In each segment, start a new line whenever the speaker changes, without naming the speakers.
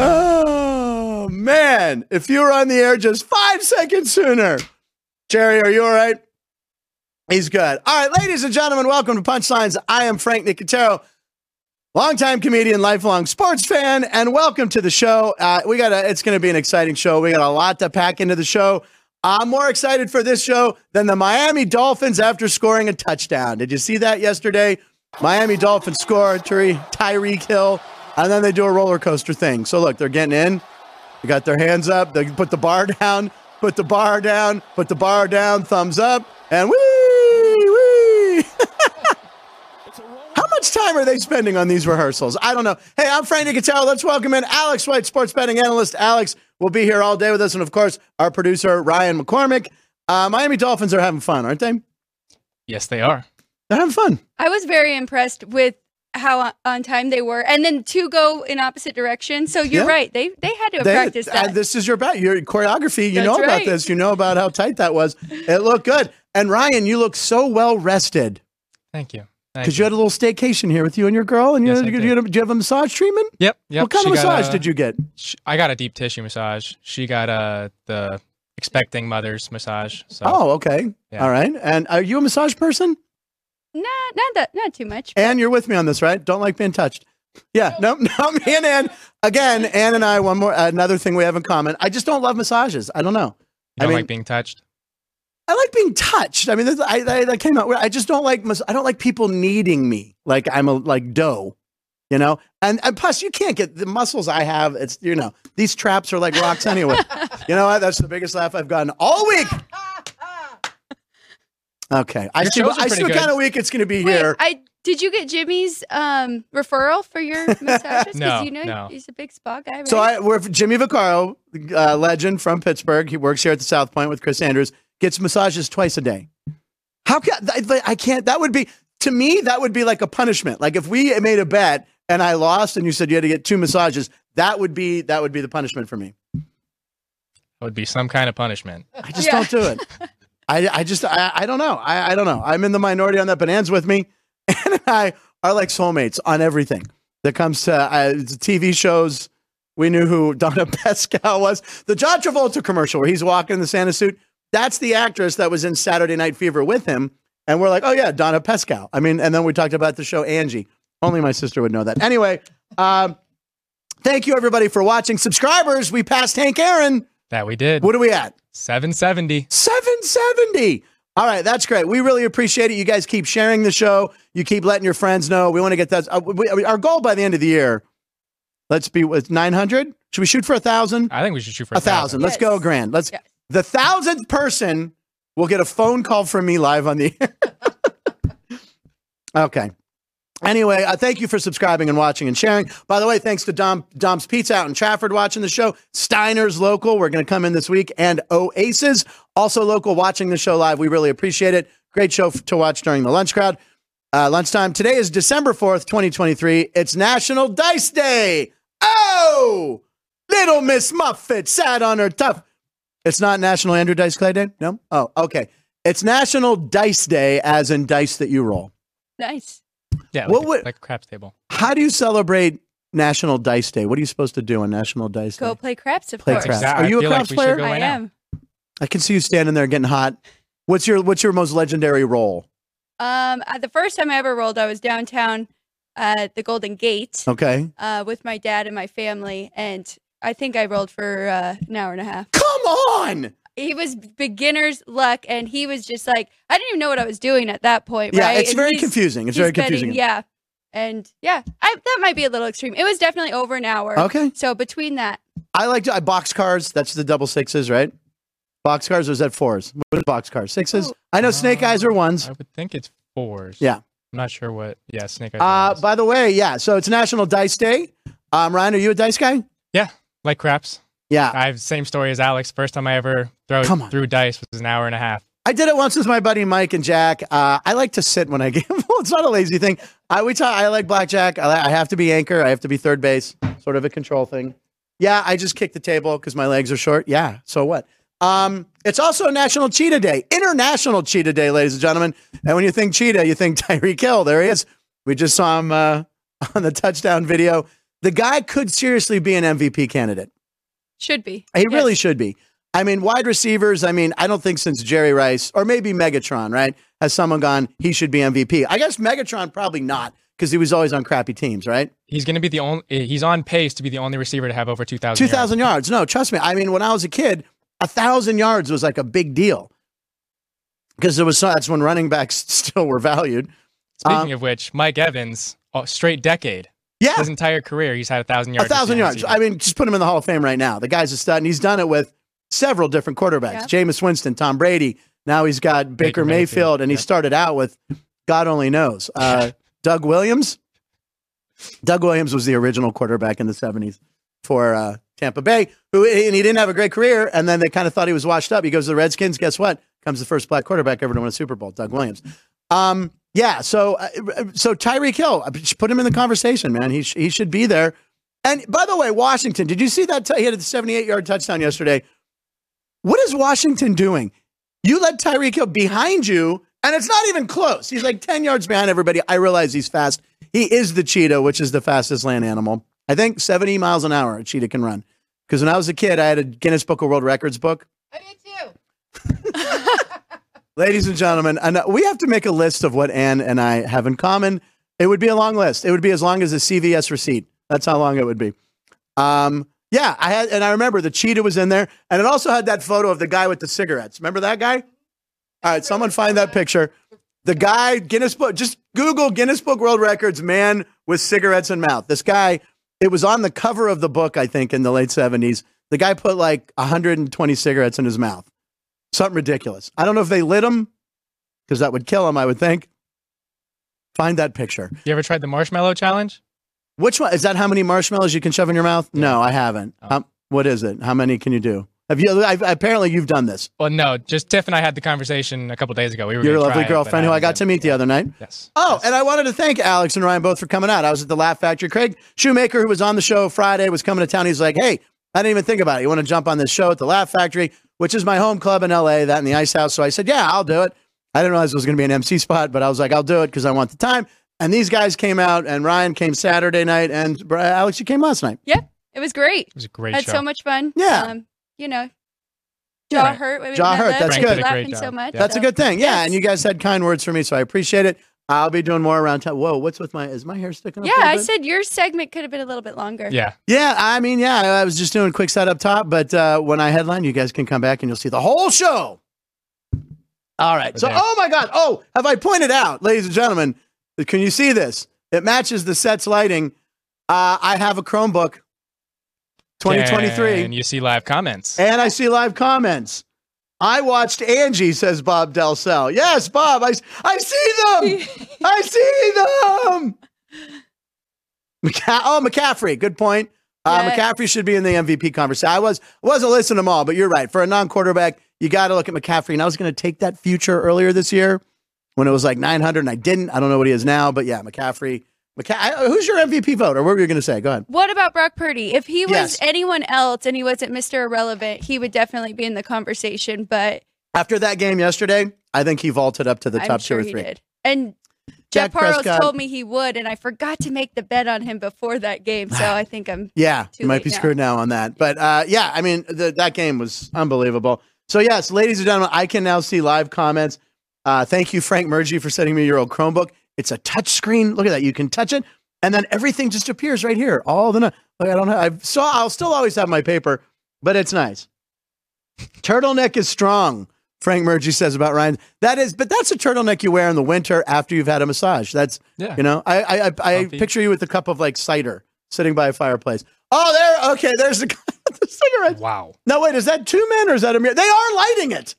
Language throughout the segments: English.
Oh, man, if you were on the air just five seconds sooner. Jerry, are you all right? He's good. All right, ladies and gentlemen, welcome to Punchlines. I am Frank Nicotero, longtime comedian, lifelong sports fan, and welcome to the show. Uh, we got a, it's going to be an exciting show. We got a lot to pack into the show. I'm more excited for this show than the Miami Dolphins after scoring a touchdown. Did you see that yesterday? Miami Dolphins score, Tyree, Tyreek Hill, and then they do a roller coaster thing. So look, they're getting in. They got their hands up. They put the bar down, put the bar down, put the bar down, thumbs up, and woo! How much time are they spending on these rehearsals? I don't know. Hey, I'm Frank Nicotero. Let's welcome in Alex White, sports betting analyst. Alex will be here all day with us. And of course, our producer, Ryan McCormick. Uh, Miami Dolphins are having fun, aren't they?
Yes, they are.
They're having fun.
I was very impressed with how on time they were, and then two go in opposite directions. So you're
Yeah.
right; they they had to
They-
practice that.
uh, this is your bet. Your choreography. You
That's
know about
right.
this. You know about how tight that was. It looked good. And Ryan, you look so well rested
Thank you. Thank
because you had a little staycation here with you and your girl. And you,
Yes,
had-
I
you,
did.
you had a- did you have a massage treatment?
Yep. Yep.
What kind
she
of
got
massage
a-
did you get?
sh- I got a deep tissue massage. She got uh the expecting mother's massage. So
Oh, okay.
Yeah.
All right. And are you a massage person?
nah, not that, not too much.
And you're with me on this, right? Don't like being touched. Yeah, no, no, me and Ann. Again, Ann and I, one more, another thing we have in common. I just don't love massages. I don't know.
you
I
don't
mean-
like being touched.
I like being touched. I mean, that's- I, I, that came out. I just don't like, mas- I don't like people needing me. Like I'm a, like dough, you know? And, and plus you can't get the muscles I have. It's, you know, these traps are like rocks anyway. you know what? That's the biggest laugh I've gotten all week. Okay. I
Your
see,
toes are
I see
pretty
what
good.
kind of week it's going to be
Wait,
here.
I did you get Jimmy's um, referral for your massages? 'Cause
No,
you know
no.
he's a big spa guy. Right?
So I, we're Jimmy Vaccaro, uh, legend from Pittsburgh. He works here at the South Point with Chris Andrews. Gets massages twice a day. How can I, I can't? That would be to me. That would be like a punishment. Like if we made a bet and I lost, and you said you had to get two massages, that would be that would be the punishment for me.
That would be some kind of punishment.
I just
Yeah.
don't do it. I, I just I, I don't know. I, I don't know. I'm in the minority on that. Bonanza with me, and I are like soulmates on everything that comes to uh, TV shows. We knew who Donna Pascal was. The John Travolta commercial where he's walking in the Santa suit. That's the actress that was in Saturday Night Fever with him. And we're like, oh yeah, Donna Pascal. I mean, and then we talked about the show Angie. Only my sister would know that. Anyway, um, thank you everybody for watching. Subscribers, we passed Hank Aaron.
That we did.
What are we at?
770.
770. All right, that's great. We really appreciate it. You guys keep sharing the show. You keep letting your friends know. We want to get that. Uh, we, our goal by the end of the year, let's be with 900. Should we shoot for a thousand?
I think we should shoot for
A thousand. Let's
Yes.
go, grand. Let's
Yes.
the thousandth person will get a phone call from me live on the air. okay. Anyway, uh, thank you for subscribing and watching and sharing. By the way, thanks to Dom Dom's Pizza out in Trafford watching the show. Steiner's local. We're going to come in this week and Oasis also local watching the show live. We really appreciate it. Great show f- to watch during the lunch crowd. Uh, lunchtime today is December fourth, twenty twenty three. It's National Dice Day. Oh, little Miss Muffet sat on her tough. It's not National Andrew Dice Clay Day? No? Oh, okay. It's National Dice Day, as in dice that you roll.
nice.
Yeah, like,
What
a-
would-
like a craps table.
How do you celebrate National Dice Day? What are you supposed to do on National Dice
Go
Day?
play craps, of
Play
course.
craps.
Exact-
Are
I
you a
feel like
craps
we should
player?
go-
I
Why not?
am.
I can see you standing there getting hot. What's your what's your most legendary roll?
Um, uh, the first time I ever rolled, I was downtown at the Golden Gate
Okay.
uh, with my dad and my family, and I think I rolled for uh, an hour and a half.
Come on.
He was beginner's luck, and he was just like, I didn't even know what I was doing at that point.
Yeah,
right?
it's
And
very
he's-
confusing. It's
he's
very
betting,
confusing.
yeah, and yeah, I, that might be a little extreme. It was definitely over an hour.
Okay.
So between that,
I like to I box cars. That's the double sixes, right? Box cars or is that fours? What are box cars? Sixes?
Oh.
I know snake eyes are ones.
I would think it's fours.
Yeah.
I'm not sure what. Yeah, snake eyes.
Uh,
are ones.
by the way, yeah. So it's National Dice Day. Um, Ryan, are you a dice guy?
like craps.
Yeah.
I have same story as Alex. First time I ever throw,
Come on.
threw dice was an hour and a half.
I did it once with my buddy Mike and Jack. Uh, I like to sit when I gamble. it's not a lazy thing. I we talk, I like blackjack. I, li- I have to be anchor. I have to be third base. Sort of a control thing. Yeah, I just kick the table because my legs are short. Yeah. So what? Um, it's also National Cheetah Day, International Cheetah Day, ladies and gentlemen. And when you think cheetah, you think Tyreek Hill. There he is. We just saw him uh, on the touchdown video. The guy could seriously be an MVP candidate.
Should be.
He
Yes.
really should be. I mean, wide receivers. I mean, I don't think since Jerry Rice or maybe Megatron, right, has someone gone, he should be MVP. I guess Megatron probably not because he was always on crappy teams, right?
He's going to be the only. He's on pace to be the only receiver to have over two thousand.
Two thousand yards. No, trust me. I mean, when I was a kid, a thousand yards was like a big deal because there was so, that's when running backs still were valued.
Speaking
Um,
of which, Mike Evans, a straight decade,
Yeah,
his entire career, he's had a thousand
a
yards. this
thousand
past
yards.
season.
I mean, just put him in the Hall of Fame right now. The guy's a stud, and he's done it with several different quarterbacks:
Yeah.
Jameis Winston, Tom Brady. Now he's got Baker,
Baker
Mayfield,
Mayfield,
and he
yeah.
started out with God only knows uh, Doug Williams. Doug Williams was the original quarterback in the seventies for uh, Tampa Bay, who and he didn't have a great career, and then they kind of thought he was washed up. He goes to the Redskins. Guess what? Comes the first black quarterback ever to win a Super Bowl, Doug Williams. Um, yeah, so uh, so Tyreek Hill, uh, just put him in the conversation, man. He sh- he should be there. And by the way, Washington, did you see that? T- he had a 78 yard touchdown yesterday. What is Washington doing? You let Tyreek Hill behind you, and it's not even close. He's like 10 yards behind everybody. I realize he's fast. He is the cheetah, which is the fastest land animal. I think 70 miles an hour a cheetah can run. Because when I was a kid, I had a Guinness Book of World Records book.
I did too.
Ladies and gentlemen, and uh, we have to make a list of what Ann and I have in common. It would be a long list. It would be as long as a CVS receipt. That's how long it would be. Um, yeah, I had, and I remember the cheetah was in there, and it also had that photo of the guy with the cigarettes. Remember that guy? All right, someone find that picture. The guy Guinness Book. Just Google Guinness Book World Records man with cigarettes in mouth. This guy. It was on the cover of the book, I think, in the late seventies. The guy put like 120 cigarettes in his mouth something ridiculous. I don't know if they lit him because that would kill him, I would think. Find that picture.
you ever tried the marshmallow challenge?
Which one is that? How many marshmallows you can shove in your mouth? No, I haven't.
Oh.
Um, what is it? How many can you do? Have you? I, apparently, you've done this.
Well, no. Just Tiff and I had the conversation a couple days ago. We were
Your
gonna
lovely
try it, but
girlfriend, who I got to
haven't-
meet the other night.
Yes.
Oh, and I wanted to thank Alex and Ryan both for coming out. I was at the Laugh Factory. Craig Shoemaker, who was on the show Friday, was coming to town. He's like, hey, I didn't even think about it. You want to jump on this show at the Laugh Factory, which is my home club in LA, that and the Ice House. So I said, yeah, I'll do it. I didn't realize it was going to be an MC spot, but I was like, I'll do it because I want the time. And these guys came out, and Ryan came Saturday night, and Bri- Alex, you came last night.
It was great.
It was a great
Had
show.
so much fun.
Yeah.
Um, you know,
Yeah.
jaw hurt. We
Jaw
were
hurt, that's
laughing-
good.
Frank did a
Laughing
great
so
job.
much.
Yeah.
That's a
so-
good thing. Yeah.
Yes.
And you guys had kind words for me, so I appreciate it. I'll be doing more around town. Whoa, what's with my, is my hair sticking up?
Yeah,
a little
I
bit?
said your segment could have been a little bit longer.
Yeah.
Yeah, I mean, yeah, I was just doing a quick set up top, but uh, when I headline, you guys can come back and you'll see the whole show. All right. So,
Okay.
oh my God. Oh, have I pointed out, ladies and gentlemen, can you see this? It matches the set's lighting. Uh, I have a Chromebook 2023,
And you see live comments.
and I see live comments. I watched Angie, says Bob Delsell. Yes, Bob, I, I see them. I see them. Mc- oh, McCaffrey. Good point. Uh,
Yeah.
McCaffrey should be in the MVP conversation. I was wasn't listening to them all, but you're right. For a non-quarterback, you got to look at McCaffrey. And I was going to take that future earlier this year when it was like 900, and I didn't. I don't know what he is now, but yeah, McCaffrey. McCa- I- who's your MVP vote, or what were you going to say? Go ahead.
What about Brock Purdy? If he was
Yes.
anyone else and he wasn't Mr. Irrelevant, he would definitely be in the conversation, but
After that game yesterday, I think he vaulted up to the
I'm
top
sure
two or
he
three.
did. And
Dak
Jeff Parles
Prescott.
told me he would, and I forgot to make the bet on him before that game, so I think I'm
Yeah,
Too
you might
late
be
now.
screwed now on that. But uh, yeah, I mean, the, that game was unbelievable. So yes, ladies and gentlemen, I can now see live comments. Uh, thank you, Frank Mergy, for sending me your old Chromebook. It's a touch screen. Look at that. You can touch it, and then everything just appears right here. All the no- like I don't have. I saw. I'll still always have my paper, but it's nice. Turtleneck is strong. Frank Mergy says about Ryan. That is, but that's a turtleneck you wear in the winter after you've had a massage. That's
Yeah.
you know, I I, I, I
Comfy.
picture you with a cup of like cider sitting by a fireplace. Oh, there. Okay, there's the, guy with the cigarette.
Wow.
No, wait, is that two men or is that a mirror? They are lighting it.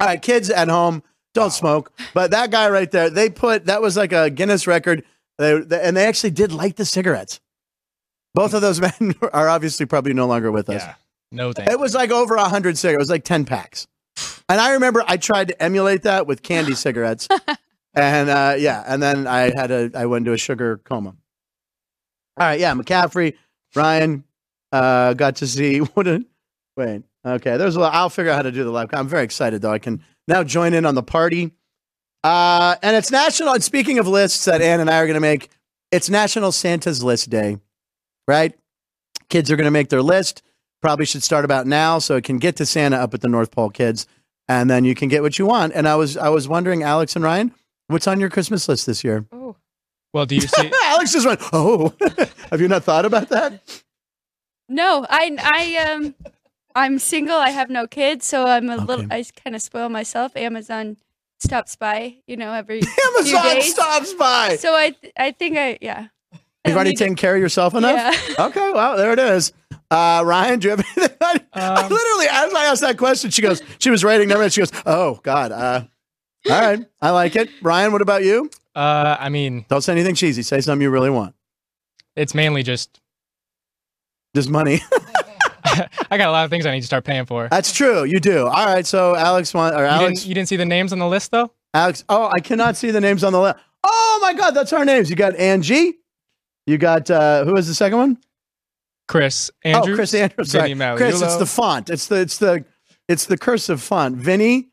All right, kids at home, don't smoke. But that guy right there, they put that was like a Guinness record. They, they- and they actually did light the cigarettes. Both of those men are obviously probably no longer with us.
Yeah. No thanks.
It was like over 100 cigarettes. It was like 10 packs. And I remember I tried to emulate that with candy cigarettes. and uh, yeah, and then I had a I went into a sugar coma. All right, yeah, McCaffrey, Ryan uh, got to see what a wait. Okay, there's a lot. I'll figure out how to do the live. I'm very excited though. I can now join in on the party. Uh, and it's national. And speaking of lists that Ann and I are going to make, it's National Santa's List Day, right? Kids are going to make their list. Probably should start about now so it can get to Santa up at the North Pole, kids, and then you can get what you want. And I was I was wondering, Alex and Ryan, what's on your Christmas list this year?
Oh.
Well, do you see?
Alex just went, oh, have you not thought about that?
No, I I um I'm single. I have no kids, so I'm a little.
Okay.
I kind of spoil myself. Amazon stops by, you know, every
Amazon
days.
stops by.
So I th- I think I yeah.
You've already
taken
taken care of yourself enough?
Yeah. Uh,
Okay, well, there it is. Uh, Ryan, do you have anything? I
Um,
literally, as I asked that question, she goes, she was writing number, and she goes, oh, God. Uh, all right, I like it. Ryan, what about you?
Uh, I mean,
Don't say anything cheesy. Say something you really want.
it's mainly just
Just money.
I got a lot of things I need to start paying for.
That's true. You do. All right, so Alex, want, or
You
Alex,
didn't, you didn't see the names on the list though.
Alex. Oh, I cannot see the names on the list. Oh, my God, that's our names. You got Angie. You got, uh, who is the second one?
Chris, Andrew,
oh, Chris Andrews. Sorry.
Vinny Maliulo.
Chris, it's the font. It's the it's the it's the cursive font. Vinny,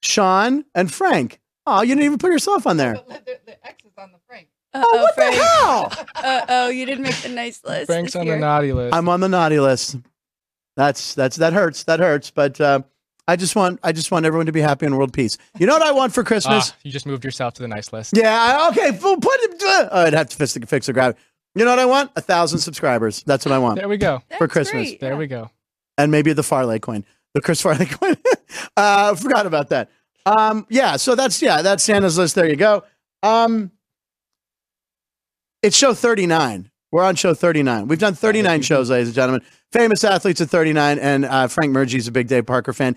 Sean, and Frank. Oh, you didn't even put yourself on there.
But let the, the X is on the frame.
Uh
Oh,
oh,
what the
Frank.
hell?
Uh oh, you didn't make the nice list.
Frank's
this
on
year.
the naughty list.
I'm on the naughty list. That's that's that hurts. That hurts. But uh, I just want I just want everyone to be happy and world peace. You know what I want for Christmas?
Ah, you just moved yourself to the nice list.
Yeah, I, okay. Well, put it. uh, oh, I'd have to fix the fix the gravity. You know what I want? A thousand subscribers. That's what I want.
There we go.
for
That's
Christmas.
great,
There
yeah.
we go.
and maybe the Farley coin, the Chris Farley coin. uh, forgot about that. Um, yeah, so that's yeah, that's Santa's list. There you go. Um, it's show thirty nine. We're on show thirty nine. We've done thirty nine shows, ladies and gentlemen. Famous athletes at thirty nine, and uh, Frank Murgy's a big Dave Parker fan.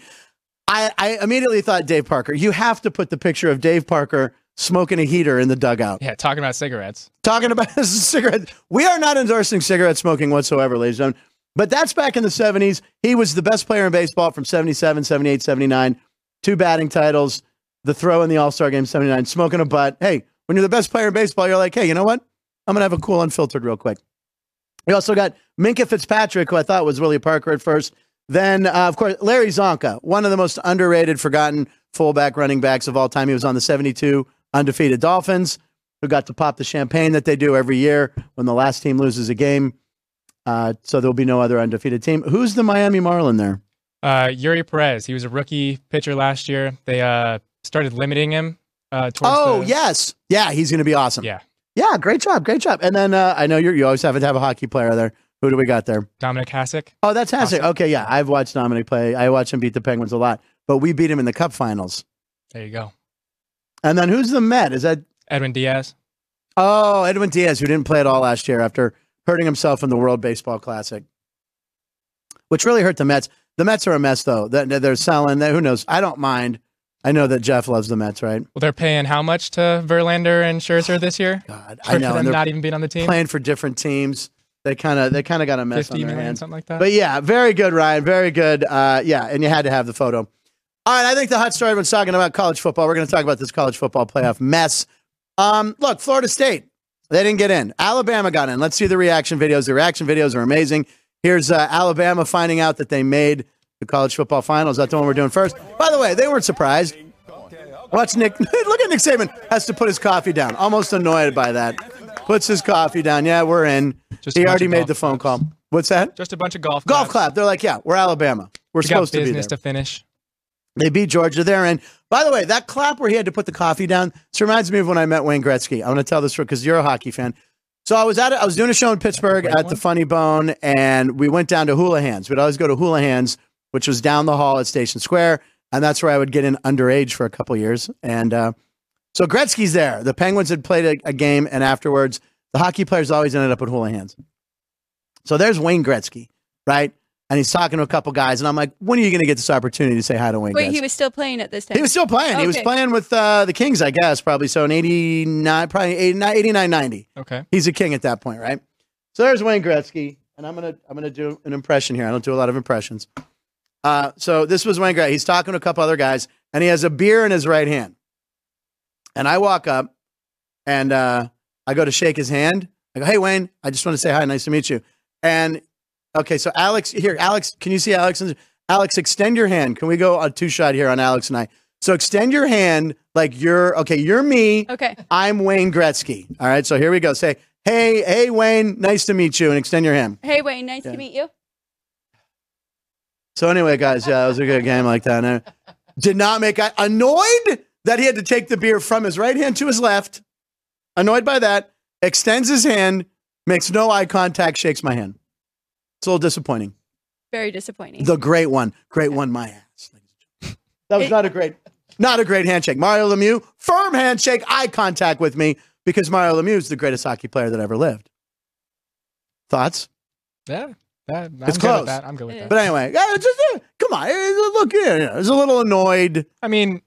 I, I immediately thought Dave Parker. You have to put the picture of Dave Parker smoking a heater in the dugout
Yeah, talking about cigarettes.
talking about this cigarette. We are not endorsing cigarette smoking whatsoever, ladies and gentlemen. But that's back in the 70s. He was the best player in baseball from 77, 78, 79. Two batting titles, the throw in the All Star game, 79, smoking a butt. Hey, when you're the best player in baseball, you're like, hey, you know what? I'm going to have a cool unfiltered real quick. We also got Minka Fitzpatrick, who I thought was Willie Parker at first. Then, uh, of course, Larry Zonka, one of the most underrated, forgotten fullback running backs of all time. He was on the 72 undefeated Dolphins, who got to pop the champagne that they do every year when the last team loses a game. Uh, so there'll be no other undefeated team. Who's the Miami Marlin there?
Uh, Yuri Perez. He was a rookie pitcher last year. They uh, started limiting him. Uh, towards
Oh,
the,
yes. Yeah, he's going to be awesome.
Yeah.
Yeah, great job. Great job. And then uh, I know you're, you always have to have a hockey player there. Who do we got there?
Dominic Hasek.
Oh, that's Hasek. Okay, yeah. I've watched Dominic play. I watch him beat the Penguins a lot, but we beat him in the cup finals.
There you go.
And then who's the Met? Is that
Edwin Diaz.
oh Edwin Diaz, who didn't play at all last year after hurting himself in the World Baseball Classic, which really hurt the Mets. The Mets are a mess though. That that they're selling. That, who knows? I don't mind. I know that Jeff loves the Mets, right?
Well, they're paying how much to Verlander and Scherzer this year?
God,
For
I know.
them
And they're
not even being on the team.
playing for different teams. They kind of they kind of got a mess on
Fifty
their
million,
hands.
something like that.
But yeah, very good, Ryan. Very good. Uh, yeah, and you had to have the photo. All right, I think the hot story everyone's talking about college football. We're going to talk about this college football playoff mess. Um, look, Florida State, they didn't get in. Alabama got in. Let's see the reaction videos. The reaction videos are amazing. Here's uh, Alabama finding out that they made the college football finals. That's the one we're doing first. By the way, they weren't surprised. Watch Nick. Look at Nick Saban has to put his coffee down. Almost annoyed by that. Puts his coffee down. Yeah, we're in.
Just
he
a bunch
already
of
made
golf
the phone
clubs.
call. What's that?
Just a bunch of golf.
golf
clubs.
clap. They're like, yeah, we're Alabama. We're
We got
supposed to be there.
business to finish.
they beat Georgia there. And by the way, that clap where he had to put the coffee down. This reminds me of when I met Wayne Gretzky. I'm going to tell this because you're a hockey fan. So I was at a, I was doing a show in Pittsburgh
Great
at the
one.
Funny Bone, and we went down to Houlihan's. We'd always go to Houlihan's, which was down the hall at Station Square, and that's where I would get in underage for a couple years. And uh, so Gretzky's there. The Penguins had played a, a game, and afterwards, the hockey players always ended up at Houlihan's. So there's Wayne Gretzky, right? And he's talking to a couple guys, and I'm like, when are you going to get this opportunity to say hi to Wayne?
Wait,
Gretzky?
he was still playing at this time.
He was still playing. He was
Okay.
playing with uh, the Kings, I guess, probably. So in 89, probably 89, 89 90.
Okay.
He's a king at that point, right? So there's Wayne Gretzky, and I'm gonna I'm gonna do an impression here. I don't do a lot of impressions. Uh, so this was Wayne Gretzky. He's talking to a couple other guys, and he has a beer in his right hand. And I walk up, and uh, I go to shake his hand. I go, "Hey Wayne, I just want to say hi. Nice to meet you." And okay, so Alex here, Alex, can you see Alex? and- Alex, extend your hand. Can we go a two shot here on Alex and I? So extend your hand like you're okay. You're me.
Okay.
I'm Wayne Gretzky. All right, so here we go. Say, hey, hey, Wayne, nice to meet you, and extend your hand.
Hey, Wayne, nice
Yeah.
to meet you.
So anyway, guys, yeah, it was a good game like that. And I did not make I annoyed that he had to take the beer from his right hand to his left. Annoyed by that, extends his hand, makes no eye contact, shakes my hand. It's a little disappointing.
Very disappointing.
The great one, great one, my ass. That was not a great, not a great handshake. Mario Lemieux, firm handshake, eye contact with me because Mario Lemieux is the greatest hockey player that ever lived. Thoughts?
Yeah, that, I'm
It's
good
close.
with that. I'm good with
It
that.
But anyway, yeah, it's just, yeah, come on. eh, Look, yeah, yeah, I was a little annoyed.
I mean,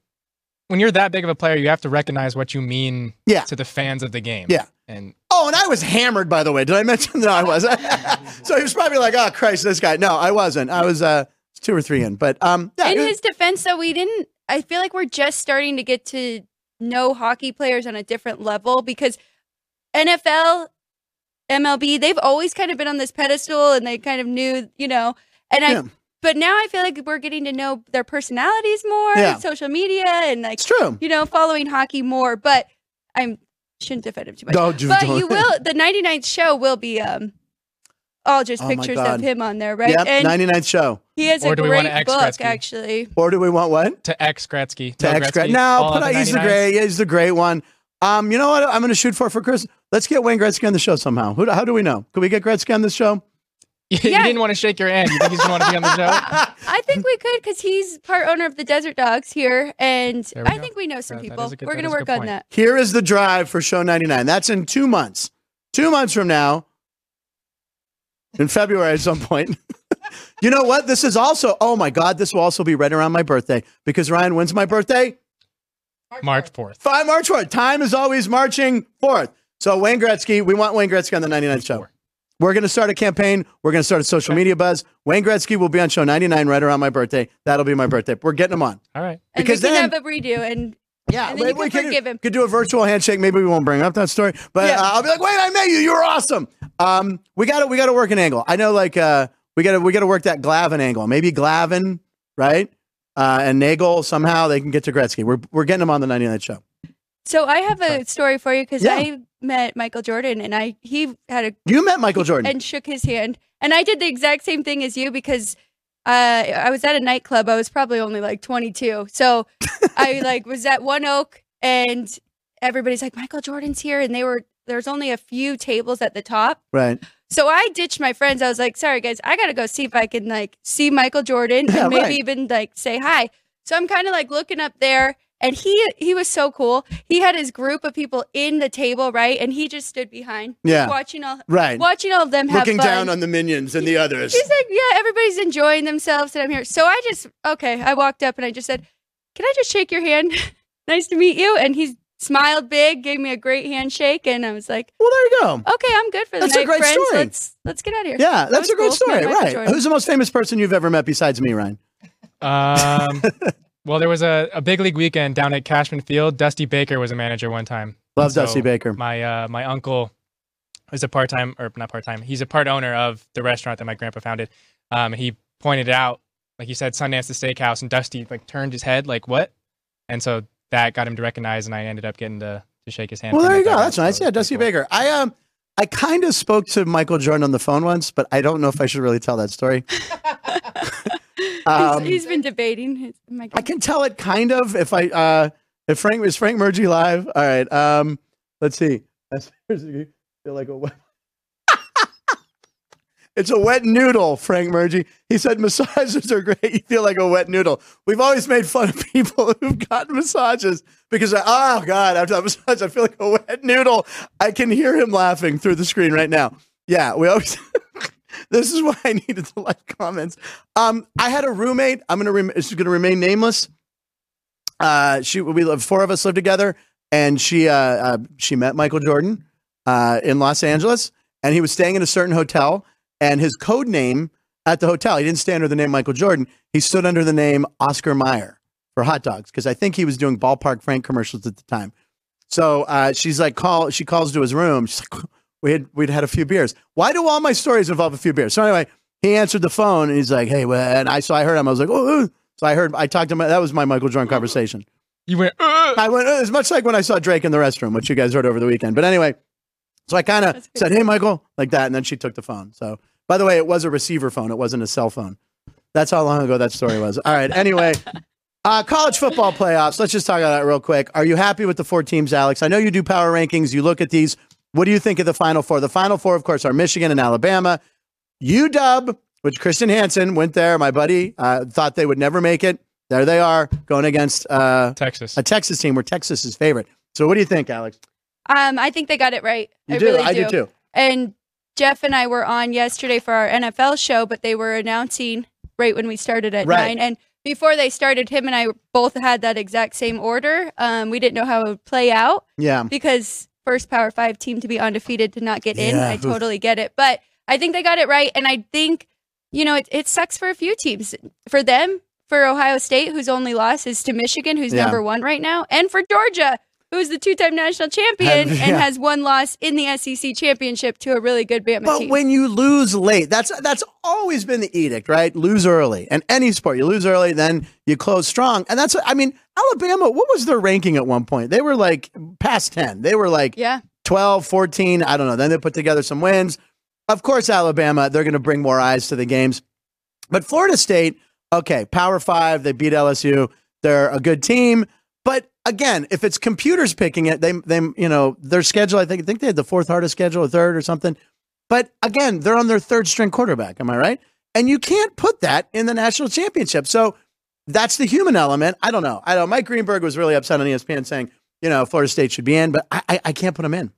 when you're that big of a player, you have to recognize what you mean
Yeah.
to the fans of the game.
Yeah.
And
Oh, and I was hammered, by the way. Did I mention that I was? so he was probably like, oh, Christ, this guy. No, I wasn't. I was uh, two or three in. But um, yeah,
in
it was-
his defense, though, we didn't. I feel like we're just starting to get to know hockey players on a different level because NFL, MLB, they've always kind of been on this pedestal and they kind of knew, you know. And I,
Yeah.
but now I feel like we're getting to know their personalities more,
Yeah.
and social media, and like
it's true.
you know, following hockey more. But I'm shouldn't defend him too much.
Don't do-
but
don't.
you will. The 99th show will be um, all just
Oh my
pictures
God.
of him on there, right?
Yep,
and
99th show.
he has
Or
a
do we wanna
great
ex
book,
Gretzky?
actually.
Or do we want what?
to ex Gretzky.
To
no
X
Gretzky,
grade? No,
all
put
of
out, he's the
99s.
great. Yeah, he's the great one. Um, you know what? I'm going to shoot for for Chris. Let's get Wayne Gretzky on the show somehow. Who, how do we know? Could we get Gretzky on this show?
you
Yeah.
didn't want to shake your hand. You think he's going to want to be on the show?
I think we could because he's part owner of the Desert Dogs here, and
There we
I
go.
think we know some
That- that
people.
is a good-
We're
that
going to
is a
work
good
on
point.
that.
Here is the drive for show 99. That's in two months. Two months from now, in February at some point. you know what? This is also, oh my God, this will also be right around my birthday because Ryan, when's my birthday?
March 4th.
Five March 4th. Time is always marching forth. So, Wayne Gretzky, we want Wayne Gretzky on the 99th show. We're going to start a campaign. We're going to start a social media buzz. Wayne Gretzky will be on show 99 right around my birthday. That'll be my birthday. We're getting him on.
All right.
And
Because
we
then-
can have a redo. And
Yeah,
And then you can forgive him.
Could do a virtual handshake. Maybe we won't bring up that story, but
Yeah.
uh, I'll be like, "Wait, I met you. You were awesome." Um, we got to we got to work an angle. I know, like uh, we got to we got to work that Glavin angle. Maybe Glavin, right? Uh, and Nagel somehow they can get to Gretzky. We're we're getting him on the 99 show.
so I have a story for you because
Yeah.
I met Michael Jordan, and I he had a
You met Michael Jordan.
and shook his hand. And I did the exact same thing as you because uh, I was at a nightclub. I was probably only like 22. So I like was at One Oak and everybody's like, Michael Jordan's here. And they were, there's only a few tables at the top.
right.
So I ditched my friends. I was like, sorry guys, I got to go see if I can like see Michael Jordan
Yeah,
and maybe
right.
even like say hi. So I'm kind of like looking up there and he he was so cool. He had his group of people in the table, right? And he just stood behind
Yeah.
watching all
Right.
watching all of them have
Looking
fun.
down on the minions and the others.
She's like, yeah, everybody's enjoying themselves, and I'm here. So I just, okay, I walked up and I just said, "Can I just shake your hand? nice to meet you." And he smiled big, gave me a great handshake, and I was like,
Well, there you go.
"Okay, I'm good for the
That's a
night,
great
friends.
story.
Let's let's get out of here."
Yeah, that's
was
a great
cool.
story.
Yeah, Michael
Right.
Jordan.
Who's the most famous person you've ever met besides me, Ryan?
Um, well, there was a, a big league weekend down at Cashman Field. Dusty Baker was a manager one time.
Love
So
Dusty Baker.
My uh, my uncle is a part time or not part time. He's a part owner of the restaurant that my grandpa founded. Um, he pointed out, like you said, Sundance the Steakhouse, and Dusty like turned his head, like what? And so that got him to recognize, and I ended up getting to to shake his hand.
Well,
from
there you
that
go.
dugout.
That's
So
nice.
it
Yeah,
was pretty
Dusty
cool.
Baker. I um, I kind of spoke to Michael Jordan on the phone once, but I don't know if I should really tell that story.
He's-
Um,
he's been debating. his- oh my
I
God.
can tell it kind of if I uh, if Frank is Frank Murgy live. All right. Um, let's see. That's feel like a wet. It's a wet noodle, Frank Murgy. He said massages are great. You feel like a wet noodle. We've always made fun of people who've gotten massages because, oh God, after that massage, I feel like a wet noodle. I can hear him laughing through the screen right now. Yeah, we always. this is why I needed the live comments. Um, I had a roommate. I'm gonna. Rem- she's gonna remain nameless. Uh, she we live four of us live together, and she uh, uh she met Michael Jordan uh in Los Angeles, and he was staying in a certain hotel, and his code name at the hotel. He didn't stay under the name Michael Jordan. He stood under the name Oscar Meyer for hot dogs because I think he was doing ballpark Frank commercials at the time. So uh, she's like, call. She calls to his room. She's like, we had we'd had a few beers. Why do all my stories involve a few beers? So anyway, he answered the phone and he's like, hey, well, and I so I heard him. I was like, oh, ooh. so I heard. I talked to my. That was my Michael Jordan conversation.
You went. "Ugh."
I went. "Ugh," It's much like when I saw Drake in the restroom, which you guys heard over the weekend. But anyway, so I kind of
That's good.
said, hey, Michael, like that, and then she took the phone. So by the way, it was a receiver phone. It wasn't a cell phone. That's how long ago that story was. All right. Anyway, uh, college football playoffs. Let's just talk about that real quick. Are you happy with the four teams, Alex? I know you do power rankings. You look at these. What do you think of the final four? The final four, of course, are Michigan and Alabama. UW, which Christian Hansen went there. My buddy uh, thought they would never make it. There they are going against uh,
Texas.
a Texas team where Texas is favorite. So what do you think, Alex?
Um, I think they got it right.
You
I
do.
really
I do too.
And Jeff and I were on yesterday for our NFL show, but they were announcing right when we started at
Right.
nine. And before they started, him and I both had that exact same order. Um, we didn't know how it would play out
Yeah.
because first Power Five team to be undefeated did not get in.
Yeah.
I totally get it, but I think they got it right, and I think you know it, it sucks for a few teams. For them, for Ohio State, whose only loss is to Michigan, who's
Yeah.
number one right now, and for Georgia, who's the two-time national champion
Have- yeah.
and has one loss in the SEC championship to a really good Bama
But
team.
when you lose late, that's that's always been the edict, right? Lose early. And any sport, you lose early, then you close strong. And that's I mean, Alabama, what was their ranking at one point? They were like past 10. They were like
yeah,
12, 14, I don't know. Then they put together some wins. Of course, Alabama, they're going to bring more eyes to the games. But Florida State, okay, Power 5, they beat LSU. They're a good team. But again, if it's computers picking it, they they you know, their schedule, I think I think they had the fourth hardest schedule or third or something. But again, they're on their third string quarterback, am I right? And you can't put that in the national championship. So that's the human element. I don't know. I know Mike Greenberg was really upset on E ESPN saying, you know, Florida State should be in, but I I, I can't put them in.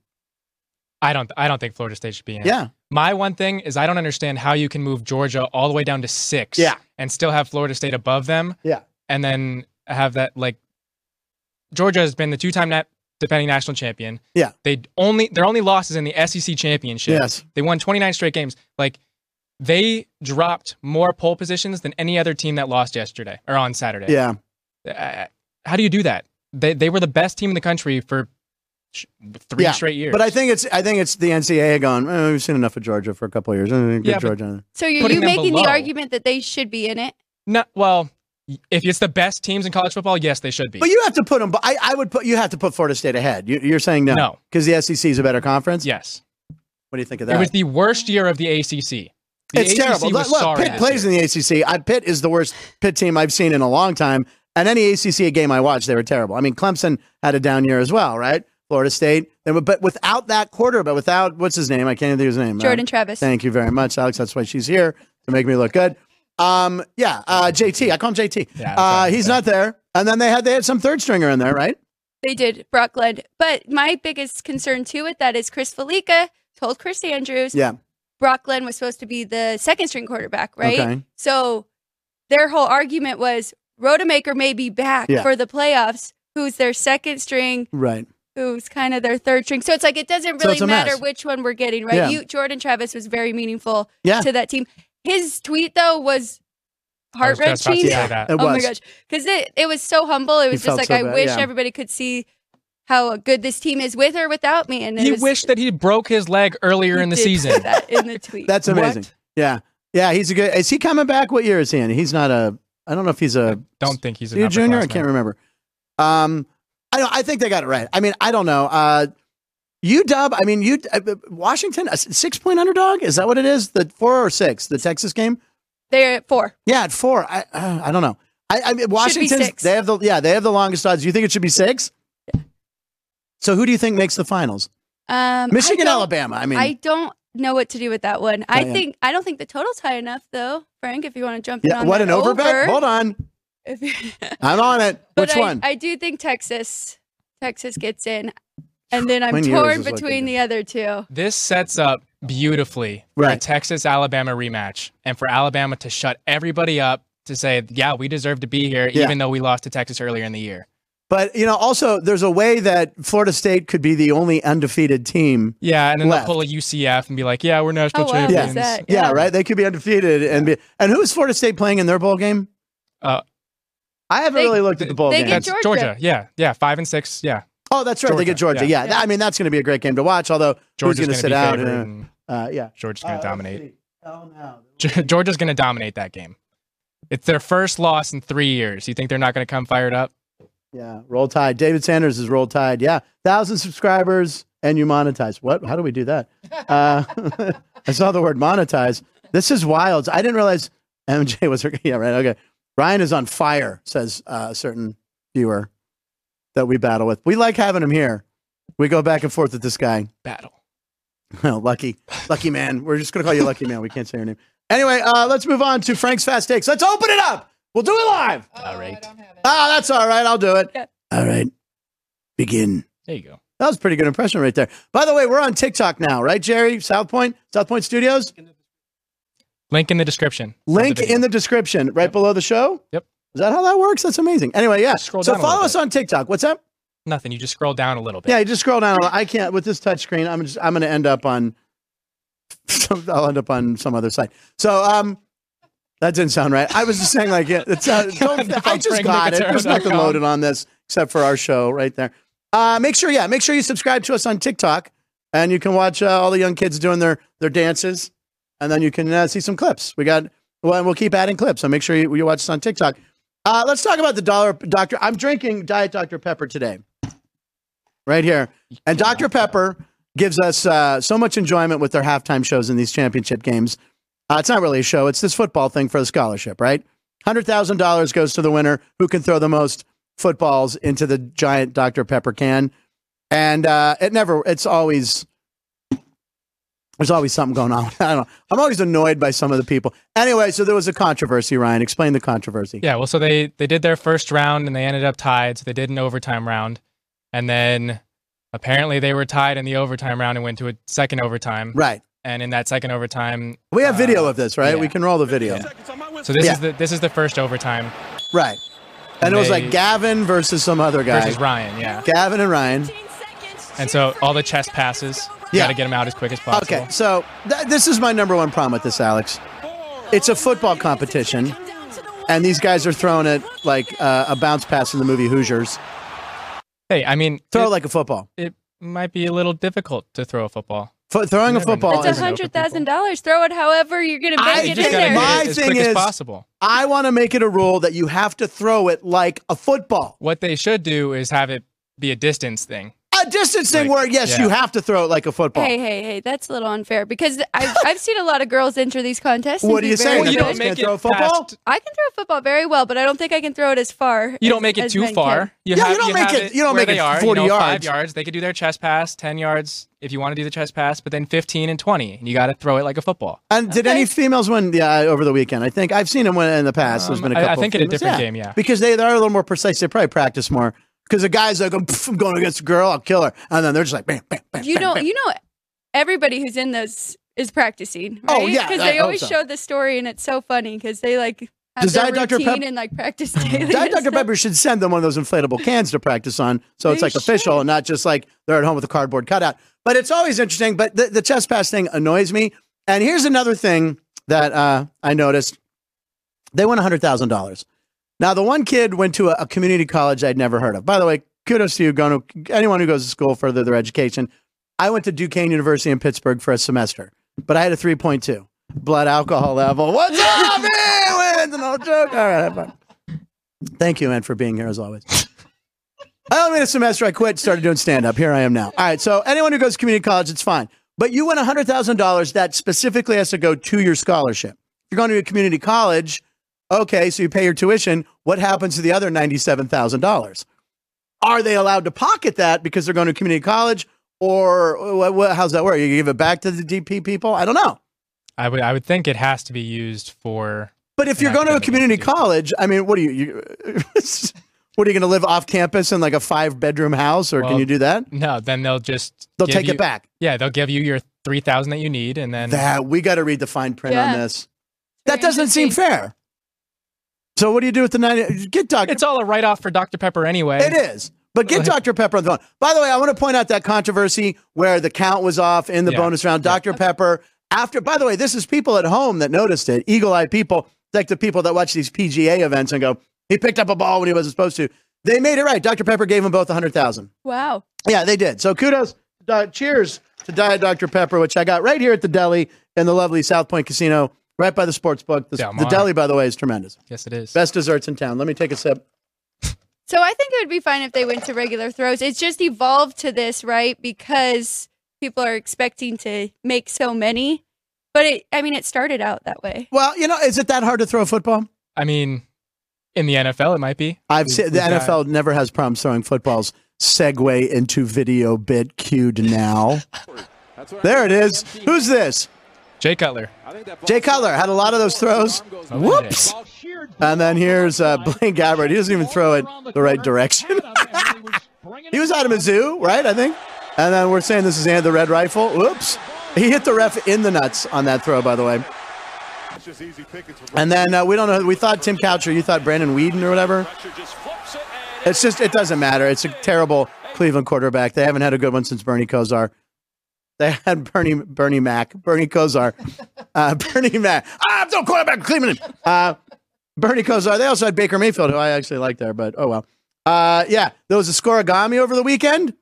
I don't. I don't think Florida State should be in.
Yeah.
My one thing is I don't understand how you can move Georgia all the way down to six.
Yeah.
And still have Florida State above them.
Yeah.
And then have that like Georgia has been the two-time nat- defending national champion.
Yeah.
They only their only losses in the SEC championship.
Yes.
They won 29 straight games. Like they dropped more pole positions than any other team that lost yesterday or on Saturday.
Yeah.
Uh, how do you do that? They they were the best team in the country for sh- three
Yeah,
straight years.
But I think it's I think it's the NCAA going. "Eh, we've seen enough of Georgia for a couple of years. Eh, Good
Yeah, but-
Georgia.
so you're
Putting
you
them
making the
below.
argument that they should be in it?
No, well, if it's the best teams in college football, yes, they should be.
But, you have to put them. But I, I would put you have to put Florida State ahead. You, you're saying no
No.
because the SEC is a better conference.
yes,
What do you think of
it
that?
was the worst year of the ACC. The
it's
ACC
terrible. Look,
was
look,
sorry
Pitt
this
plays
year.
in the ACC. I, Pitt is the worst Pitt team I've seen in a long time. And any ACC game I watched, they were terrible. I mean, Clemson had a down year as well, right? Florida State. And- But without that quarter, but without what's his name? I can't even think of his name. Uh,
Jordan Travis.
Thank you very much, Alex. That's why she's here to make me look good. Um, yeah, uh, JT. I call him JT.
Yeah,
uh,
okay.
he's not there. And then they had they had some third stringer in there, right?
They did, Brockland. But my biggest concern too with that is Chris Felica told Chris Andrews
Yeah.
Brockland was supposed to be the second string quarterback, right?
Okay.
So their whole argument was Rodemaker may be back
Yeah.
for the playoffs, who's their second string,
Right.
who's kind of their third string. So it's like it doesn't
So
really
it's a
matter
mess.
which one we're getting, right?
Yeah.
You Jordan Travis was very meaningful
Yeah.
to that team. His tweet though was
I was
heart
just about to
wrenching.
say
Yeah.
that.
It
Oh my
was.
gosh. Because it, it was so humble. It was just
felt
like,
so
I
bad,
wish
yeah.
everybody could see how good this team is with or without me. And it
He
was-
wished that he broke his leg earlier
he
in the
did say
season.
that in the tweet.
That's
What?
amazing. Yeah. Yeah. He's a good. Is he coming back? What year is he in? He's not a. I don't know if he's a
Don't think he's
Is he a
an
junior? I
upperclassman.
can't remember. Um, I don't, I think they got it right. I mean, I don't know. Uh, UW. I mean, you uh, Washington a six point underdog. Is that what it is? The four or six? The Texas game?
They're at four.
Yeah, at four. I uh, I don't know. I, I mean, Washington.
six.
They have the yeah. They have the longest odds. You think it should be six? So who do you think makes the finals?
Um,
Michigan,
I don't-
Alabama. I mean,
I don't know what to do with that one. I
Diane.
think I don't think the total's high enough though, Frank. If you want to jump in
yeah.
on
What
that
an overbet. Hold on,
If you-
I'm on it.
but
Which
I,
one?
I do think Texas, Texas gets in, and then I'm
Twin years
torn
is what they
between
do.
the other two.
This sets up beautifully for a
Right.
Texas Alabama rematch and for Alabama to shut everybody up to say, yeah, we deserve to be here,
Yeah.
even though we lost to Texas earlier in the year.
but you know, also there's a way that Florida State could be the only undefeated team
Yeah, and then
Left.
they'll pull a UCF and be like, yeah, we're national
Oh, wow,
Yeah.
champions.
who's that?
Yeah, right. They could be undefeated and be. And who is Florida State playing in their bowl game?
Uh,
I haven't
They-
really looked at the bowl
they
game.
get
That's
Georgia.
Georgia. Yeah. Yeah. Five and six. Yeah.
oh, that's right. they get Georgia.
Georgia,
Yeah, I mean that's going to be a great game to watch. Although
Georgia's
who's going to
going to
sit
be
out?
favored.
Uh,
and
uh, yeah,
Georgia's going to dominate.
Oh no.
Ge- Georgia's going to dominate that game. It's their first loss in three years. You think they're not going to come fired up?
Yeah, roll tide. David Sanders is roll tide. Yeah, thousand subscribers and you monetize. What? How do we do that? Uh, I saw the word monetize. This is wild. I didn't realize. MJ was her. Yeah, right. Okay. Ryan is on fire, says uh, a certain viewer that we battle with. We like having him here. We go back and forth with this guy.
battle.
Well, lucky, lucky man. We're just gonna call you lucky man. We can't say your name. Anyway, uh, let's move on to Frank's fast takes. Let's open it up. We'll do it live.
Oh,
All right.
I don't have it.
Ah, that's all right. I'll do it.
Yeah.
All right. Begin.
There you go.
That was a pretty good impression right there. By the way, we're on TikTok now, right, Jerry? South Point, South Point Studios.
Link in the description. of
Link
video.
in the description, right
Yep.
below the show.
Yep.
Is that how that works? That's amazing. Anyway, yeah.
Just scroll
so
down a little
follow us
bit.
on TikTok. What's up?
nothing. You just scroll down a little bit.
Yeah, you just scroll down. a lot. I can't with this touch screen. I'm just I'm going to end up on. I'll end up on some other site. So um, that didn't sound right. I was just saying like yeah, it's uh, don't, I just got it. There's nothing loaded on this except for our show right there. Uh, make sure yeah, make sure you subscribe to us on TikTok, and you can watch uh, all the young kids doing their their dances, and then you can uh, see some clips. We got well, and we'll keep adding clips. So make sure you, you watch us on TikTok. Uh, let's talk about the dollar doctor. I'm drinking Diet Dr Pepper today, right here. And Dr. Pepper gives us uh, so much enjoyment with their halftime shows in these championship games. Uh, it's not really a show, it's this football thing for the scholarship, right? $100,000 goes to the winner who can throw the most footballs into the giant Dr. Pepper can. And uh, it never, it's always, there's always something going on. I don't know. I'm always annoyed by some of the people. Anyway, so there was a controversy, Ryan. Explain the controversy.
Yeah, well, so they they did their first round and they ended up tied. So they did an overtime round, and then apparently they were tied in the overtime round and went to a second overtime.
Right.
And in that second overtime,
We have
Uh,
video of this, right?
yeah.
We can roll the video.
so this
Yeah.
is the this is the first overtime.
Right. And it was
They-
like Gavin versus some other guy.
versus Ryan, yeah.
Gavin and Ryan.
And so all the chest passes,
Yeah.
got to get them out as quick as possible.
Okay, so th- this is my number one problem with this, Alex. It's a football competition, and these guys are throwing it like uh, a bounce pass in the movie Hoosiers.
Hey, I mean,
Throw it
it,
like a football.
it might be a little difficult to throw a football.
Fo- throwing a
Never mind.
football
It's
It's
is.
an open
hundred thousand dollars. Throw it however you're gonna
I
make
You
it
just
just
in
got to
gotta
there.
My
get it as
thing
quick
is-
as possible.
I want to make it a rule that you have to throw it like a football.
What they should do is have it be a distance thing.
A distance thing
Like,
where, yes,
yeah.
you have to throw it like a football.
Hey, hey, hey! That's a little unfair because I've, I've seen a lot of girls enter these contests. and
What are
do
you
very
saying?
Well,
The
you
good.
don't
girls can't
make it
throw a football?
past-
I can throw a football very well, but I don't think I can throw it as far.
You
as-
don't make it
as
too
men
far.
can.
Yeah, you
have-
don't make
have
it- you don't
where
make it
they are,
40
you know,
yards.
Five yards. They could do their chest pass, ten yards if you want to do the chest pass, but then fifteen and twenty, and you got to throw it like a football.
And did any
Okay.
females win the, uh, over the weekend? I think I've seen them win in the past. There's been a
Um, I- I
couple.
think
of
in a
females.
different game, yeah.
because they they are a little more precise. They probably practice more. Because the guys like, "Pff, I'm going against a girl, I'll kill her, and then they're just like, bam, bam, bam.
You don't. You know, everybody who's in those is practicing.
Oh,
Right?
yeah,
because
I
they
hope
always
so.
show the story, and it's so funny because they like have
Does
their
Diet Dr.
routine
Pep-
and like practice daily.
Diet
and
Dr
stuff.
Pepper should send them one of those inflatable cans to practice on, so it's
They
like official
should.
and not just like they're at home with a cardboard cutout. But it's always interesting. But the, the chest pass thing annoys me. And here's another thing that uh, I noticed: they won hundred thousand dollars. Now the one kid went to a, a community college I'd never heard of. By the way, kudos to you, going to anyone who goes to school further their education. I went to Duquesne University in Pittsburgh for a semester, but I had a three point two blood alcohol level. What's up, man? It's an old joke. All right, bye. Thank you, Ann, for being here as always. I only made a semester. I quit, started doing stand up. Here I am now. All right. So, anyone who goes to community college, it's fine. But you win $100,000 that specifically has to go to your scholarship. If you're going to a community college, okay, so you pay your tuition. What happens to the other $97,000? Are they allowed to pocket that because they're going to community college? Or wh- wh- how's that work? You give it back to the DP people? I don't know.
I would I would think it has to be used for.
But if
An
you're going to a
academic
community
institution.
college, I mean, what are you? you what are you going to live off campus in like a five bedroom house, or can
Well,
you do that?
No, then they'll just
They'll
give
take
you-
it back.
Yeah, they'll give you your three thousand that you need, and then
That we got to read the fine print
Yeah.
on this.
Very
That doesn't seem
interesting.
fair. So what do you do with the ninety? Get Dr.
it's all a write off for Dr Pepper anyway.
It is. But get
Like-
Dr. Pepper on the phone. By the way, I want to point out that controversy where the count was off in the
Yeah.
bonus round. Dr. Pepper, after, by the way, this is people at home that noticed it, eagle eyed people, like the people that watch these PGA events and go, he picked up a ball when he wasn't supposed to. They made it right. Dr. Pepper gave them both 100000
Wow.
Yeah, they did. So kudos, uh, cheers to Diet Dr. Pepper, which I got right here at the deli in the lovely South Point Casino, right by the sports book. The,
Del
the
Mar.
deli, by the way, is tremendous.
Yes, it is.
Best desserts in town. Let me take a sip.
So I think it would be fine if they went to regular throws. It's just evolved to this, right? Because people are expecting to make so many But it, I mean, it started out that way.
Well, you know, is it that hard to throw a football?
I mean, in the NFL, it might be.
I've
We-
seen
we've
the
got-
NFL never has problems throwing footballs. Segue into video bit cued now. there it is. Who's this?
Jay Cutler.
Jay Cutler had a lot of those throws. Whoops. And then here's uh, Blaine Gabbert. He doesn't even throw it the right direction. he was out of Mizzou, right? I think. And then we're saying this is Andy the Red Rifle. Whoops. He hit the ref in the nuts on that throw, by the way. And then uh, we don't know. We thought Tim Coucher. You thought Brandon Whedon or whatever. It's just it doesn't matter. It's a terrible Cleveland quarterback. They haven't had a good one since Bernie Kosar. They had Bernie Bernie Mac, Bernie Kosar, uh, Bernie Mac. Ah, I'm still quarterback of Cleveland. Uh, Bernie Kosar. They also had Baker Mayfield, who I actually like there, but oh well. Uh, yeah, there was a scorigami over the weekend.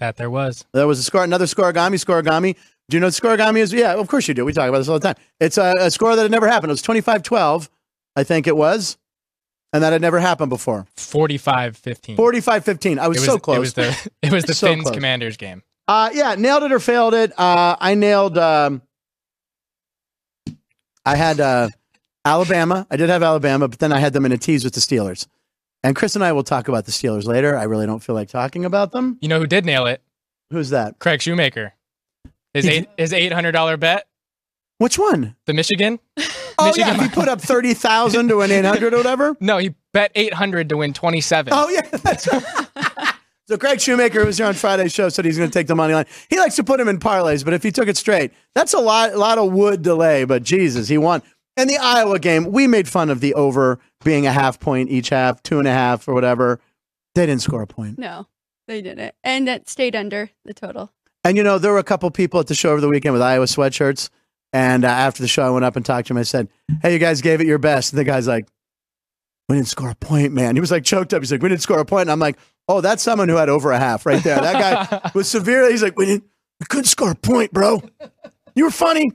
That there was.
There was a score, another scorigami, scorigami. Do you know what scorigami is? Yeah, of course you do. We talk about this all the time. It's a, a score that had never happened. It was 25 12, I think it was, and that had never happened before.
45 15.
45 15. I
Hmm. It
was, so close.
It was the, it was the
So
Finns
close.
Commanders game.
Uh, yeah, nailed it or failed it. Uh, I nailed. Um, I had uh, Alabama. I did have Alabama, but then I had them in a tease with the Steelers. And Chris and I will talk about the Steelers later. I really don't feel like talking about them.
You know who did nail it?
Who's that?
Craig Shoemaker. His,
He
eight, his $800 bet,
Which one?
the Michigan.
Oh
Michigan.
yeah, he put up thirty thousand to an eight hundred or whatever.
No, he bet 800 to win 27.
Oh yeah. that's- so Greg Shoemaker who was here on Friday's show said he's going to take the money line. He likes to put him in parlays, but if he took it straight, that's a lot, lot of wood delay. But Jesus, he won. And the Iowa game, we made fun of the over being a half point each half, two and a half or whatever. They didn't score a point.
No, they didn't, and it stayed under the total.
And you know, there were a couple people at the show over the weekend with Iowa sweatshirts. And uh, after the show, I went up and talked to him. I said, "Hey, you guys gave it your best." And the guy's like, "We didn't score a point, man." He was like choked up. He's like, "We didn't score a point." And I'm like, "Oh, that's someone who had over a half right there." That guy was severely. He's like, "We didn't. We couldn't score a point, bro. You were funny.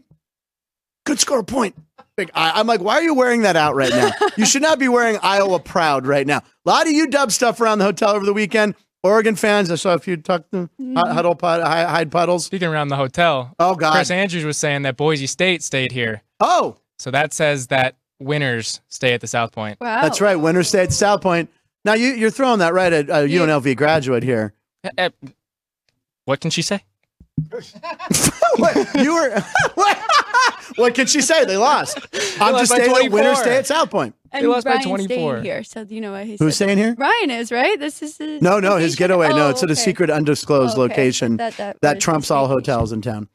Could score a point." Like, I, I'm like, "Why are you wearing that out right now? You should not be wearing Iowa proud right now." A lot of you dub stuff around the hotel over the weekend. Oregon fans, I saw a few tucked in, hu- huddle pod, hi- hide puddles.
Speaking around the hotel,
Oh God.
Chris Andrews was saying that Boise State stayed here.
Oh,
So that says that winners stay at the South Point.
Wow,
that's right. Winter State, at South Point. Now you, you're throwing that right at uh, a
Yeah.
UNLV graduate here.
Uh,
Eh, eh, What can she say?
what? You were. what? what can she say? They lost. I'm just
lost by
saying that
24.
Winter State at South Point.
And
They lost by
Ryan's
24.
staying here, so you know why he's
Who's staying here?
Ryan is right. This is his
No, no, his
vacation?
getaway. no,
Oh,
it's at a
okay.
secret undisclosed
Okay.
location Oh, that,
That, that, was his
trumps all
vacation.
hotels in town.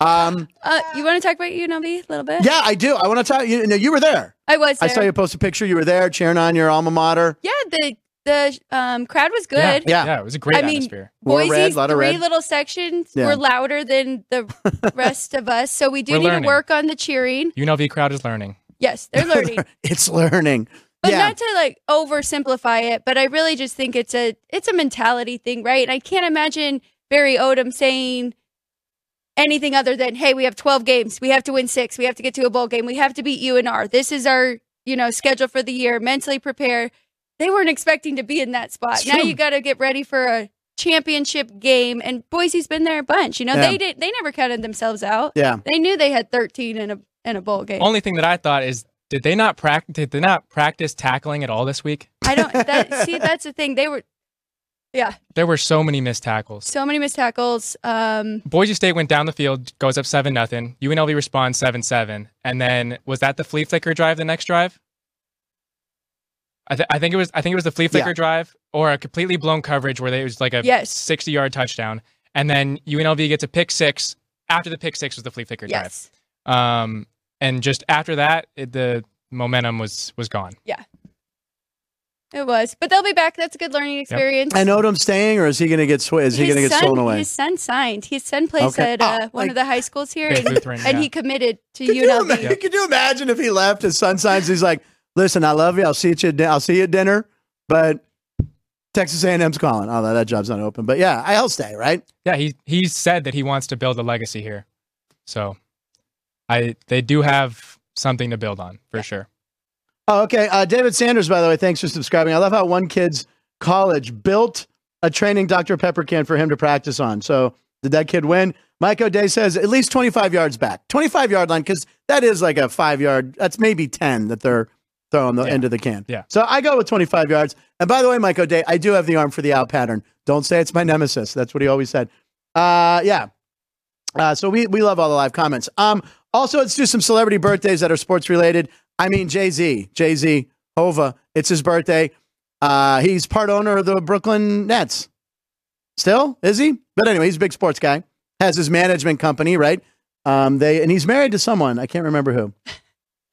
Um,
Uh, you want to talk about UNLV a little bit?
yeah, I do. I want to tell you. No, you were there.
I was.
I
There.
saw you post a picture. You were there cheering on your alma mater.
Yeah, the the um, crowd was good.
Yeah.
Yeah.
Yeah, it was a great
I mean,
atmosphere.
More
Boise's
red, lot of
three
red.
little sections
Yeah.
were louder than the rest of us, so we do
We're
need
learning.
to work on the cheering.
UNLV crowd is learning.
Yes, they're learning,
It's learning.
but
yeah.
not to like oversimplify it. But I really just think it's a it's a mentality thing, right? And I can't imagine Barry Odom saying anything other than, "Hey, we have twelve games. We have to win six. We have to get to a bowl game. We have to beat UNR. This is our you know schedule for the year. Mentally prepare." They weren't expecting to be in that spot.
It's
now
true.
you got to get ready for a championship game and Boise's been there a bunch. You know,
Yeah.
they did they never counted themselves out.
yeah.
They knew they had 13 in a in a bowl game.
Only thing that I thought is, did they not practice? Did they not practice tackling at all this week?
I don't that see that's the thing. They were
There were so many missed tackles.
so many missed tackles. Um
Boise State went down the field, goes up seven nothing. UNLV responds seven seven, and then was that the flea flicker drive? The next drive, I, th- I think it was. I think it was the flea flicker
Yeah.
drive or a completely blown coverage where they, it was like a
Yes.
sixty yard touchdown, and then UNLV gets a pick six. After the pick six was the flea flicker
yes.
drive, um, and just after that, it, the momentum was was gone.
It was. But they'll be back. That's a good learning experience.
And Odom's staying, or is he going to get sw- is he
His
going to get
son-
stolen away?
His son signed. His son plays
Okay.
at uh,
Oh,
one
like-
of the high schools here
Faith
and,
Lutheran,
and
yeah.
he committed to
Could you,
UNLV.
ima- could you imagine if he left? His son signs. He's like, "Listen, I love you. I'll see you. At din- I'll see you at dinner." But Texas A&M's calling. Oh, that, that job's not open. But yeah, I'll stay. Right?
Yeah, he he said that he wants to build a legacy here. So I they do have something to build on for sure.
Oh, okay. Uh, David Sanders, by the way, thanks for subscribing. I love how one kid's college built a training Dr Pepper can for him to practice on. So Did that kid win? Mike O'Day says at least 25 yards back, 25 yard line, because that is like a five yard, that's maybe 10 that they're throwing the
Yeah.
end of the can.
Yeah.
So I go with 25 yards. And by the way, Mike O'Day, I do have the arm for the out pattern. Don't say it's my nemesis. That's what he always said. Uh, yeah. Uh, so we, we love all the live comments. Um, also, let's do some celebrity birthdays that are sports related. I mean, Jay Z, Jay Z, Hova, it's his birthday. Uh, he's part owner of the Brooklyn Nets. Still, is he? But anyway, he's a big sports guy. Has his management company, right? Um, they and he's married to someone I can't remember who.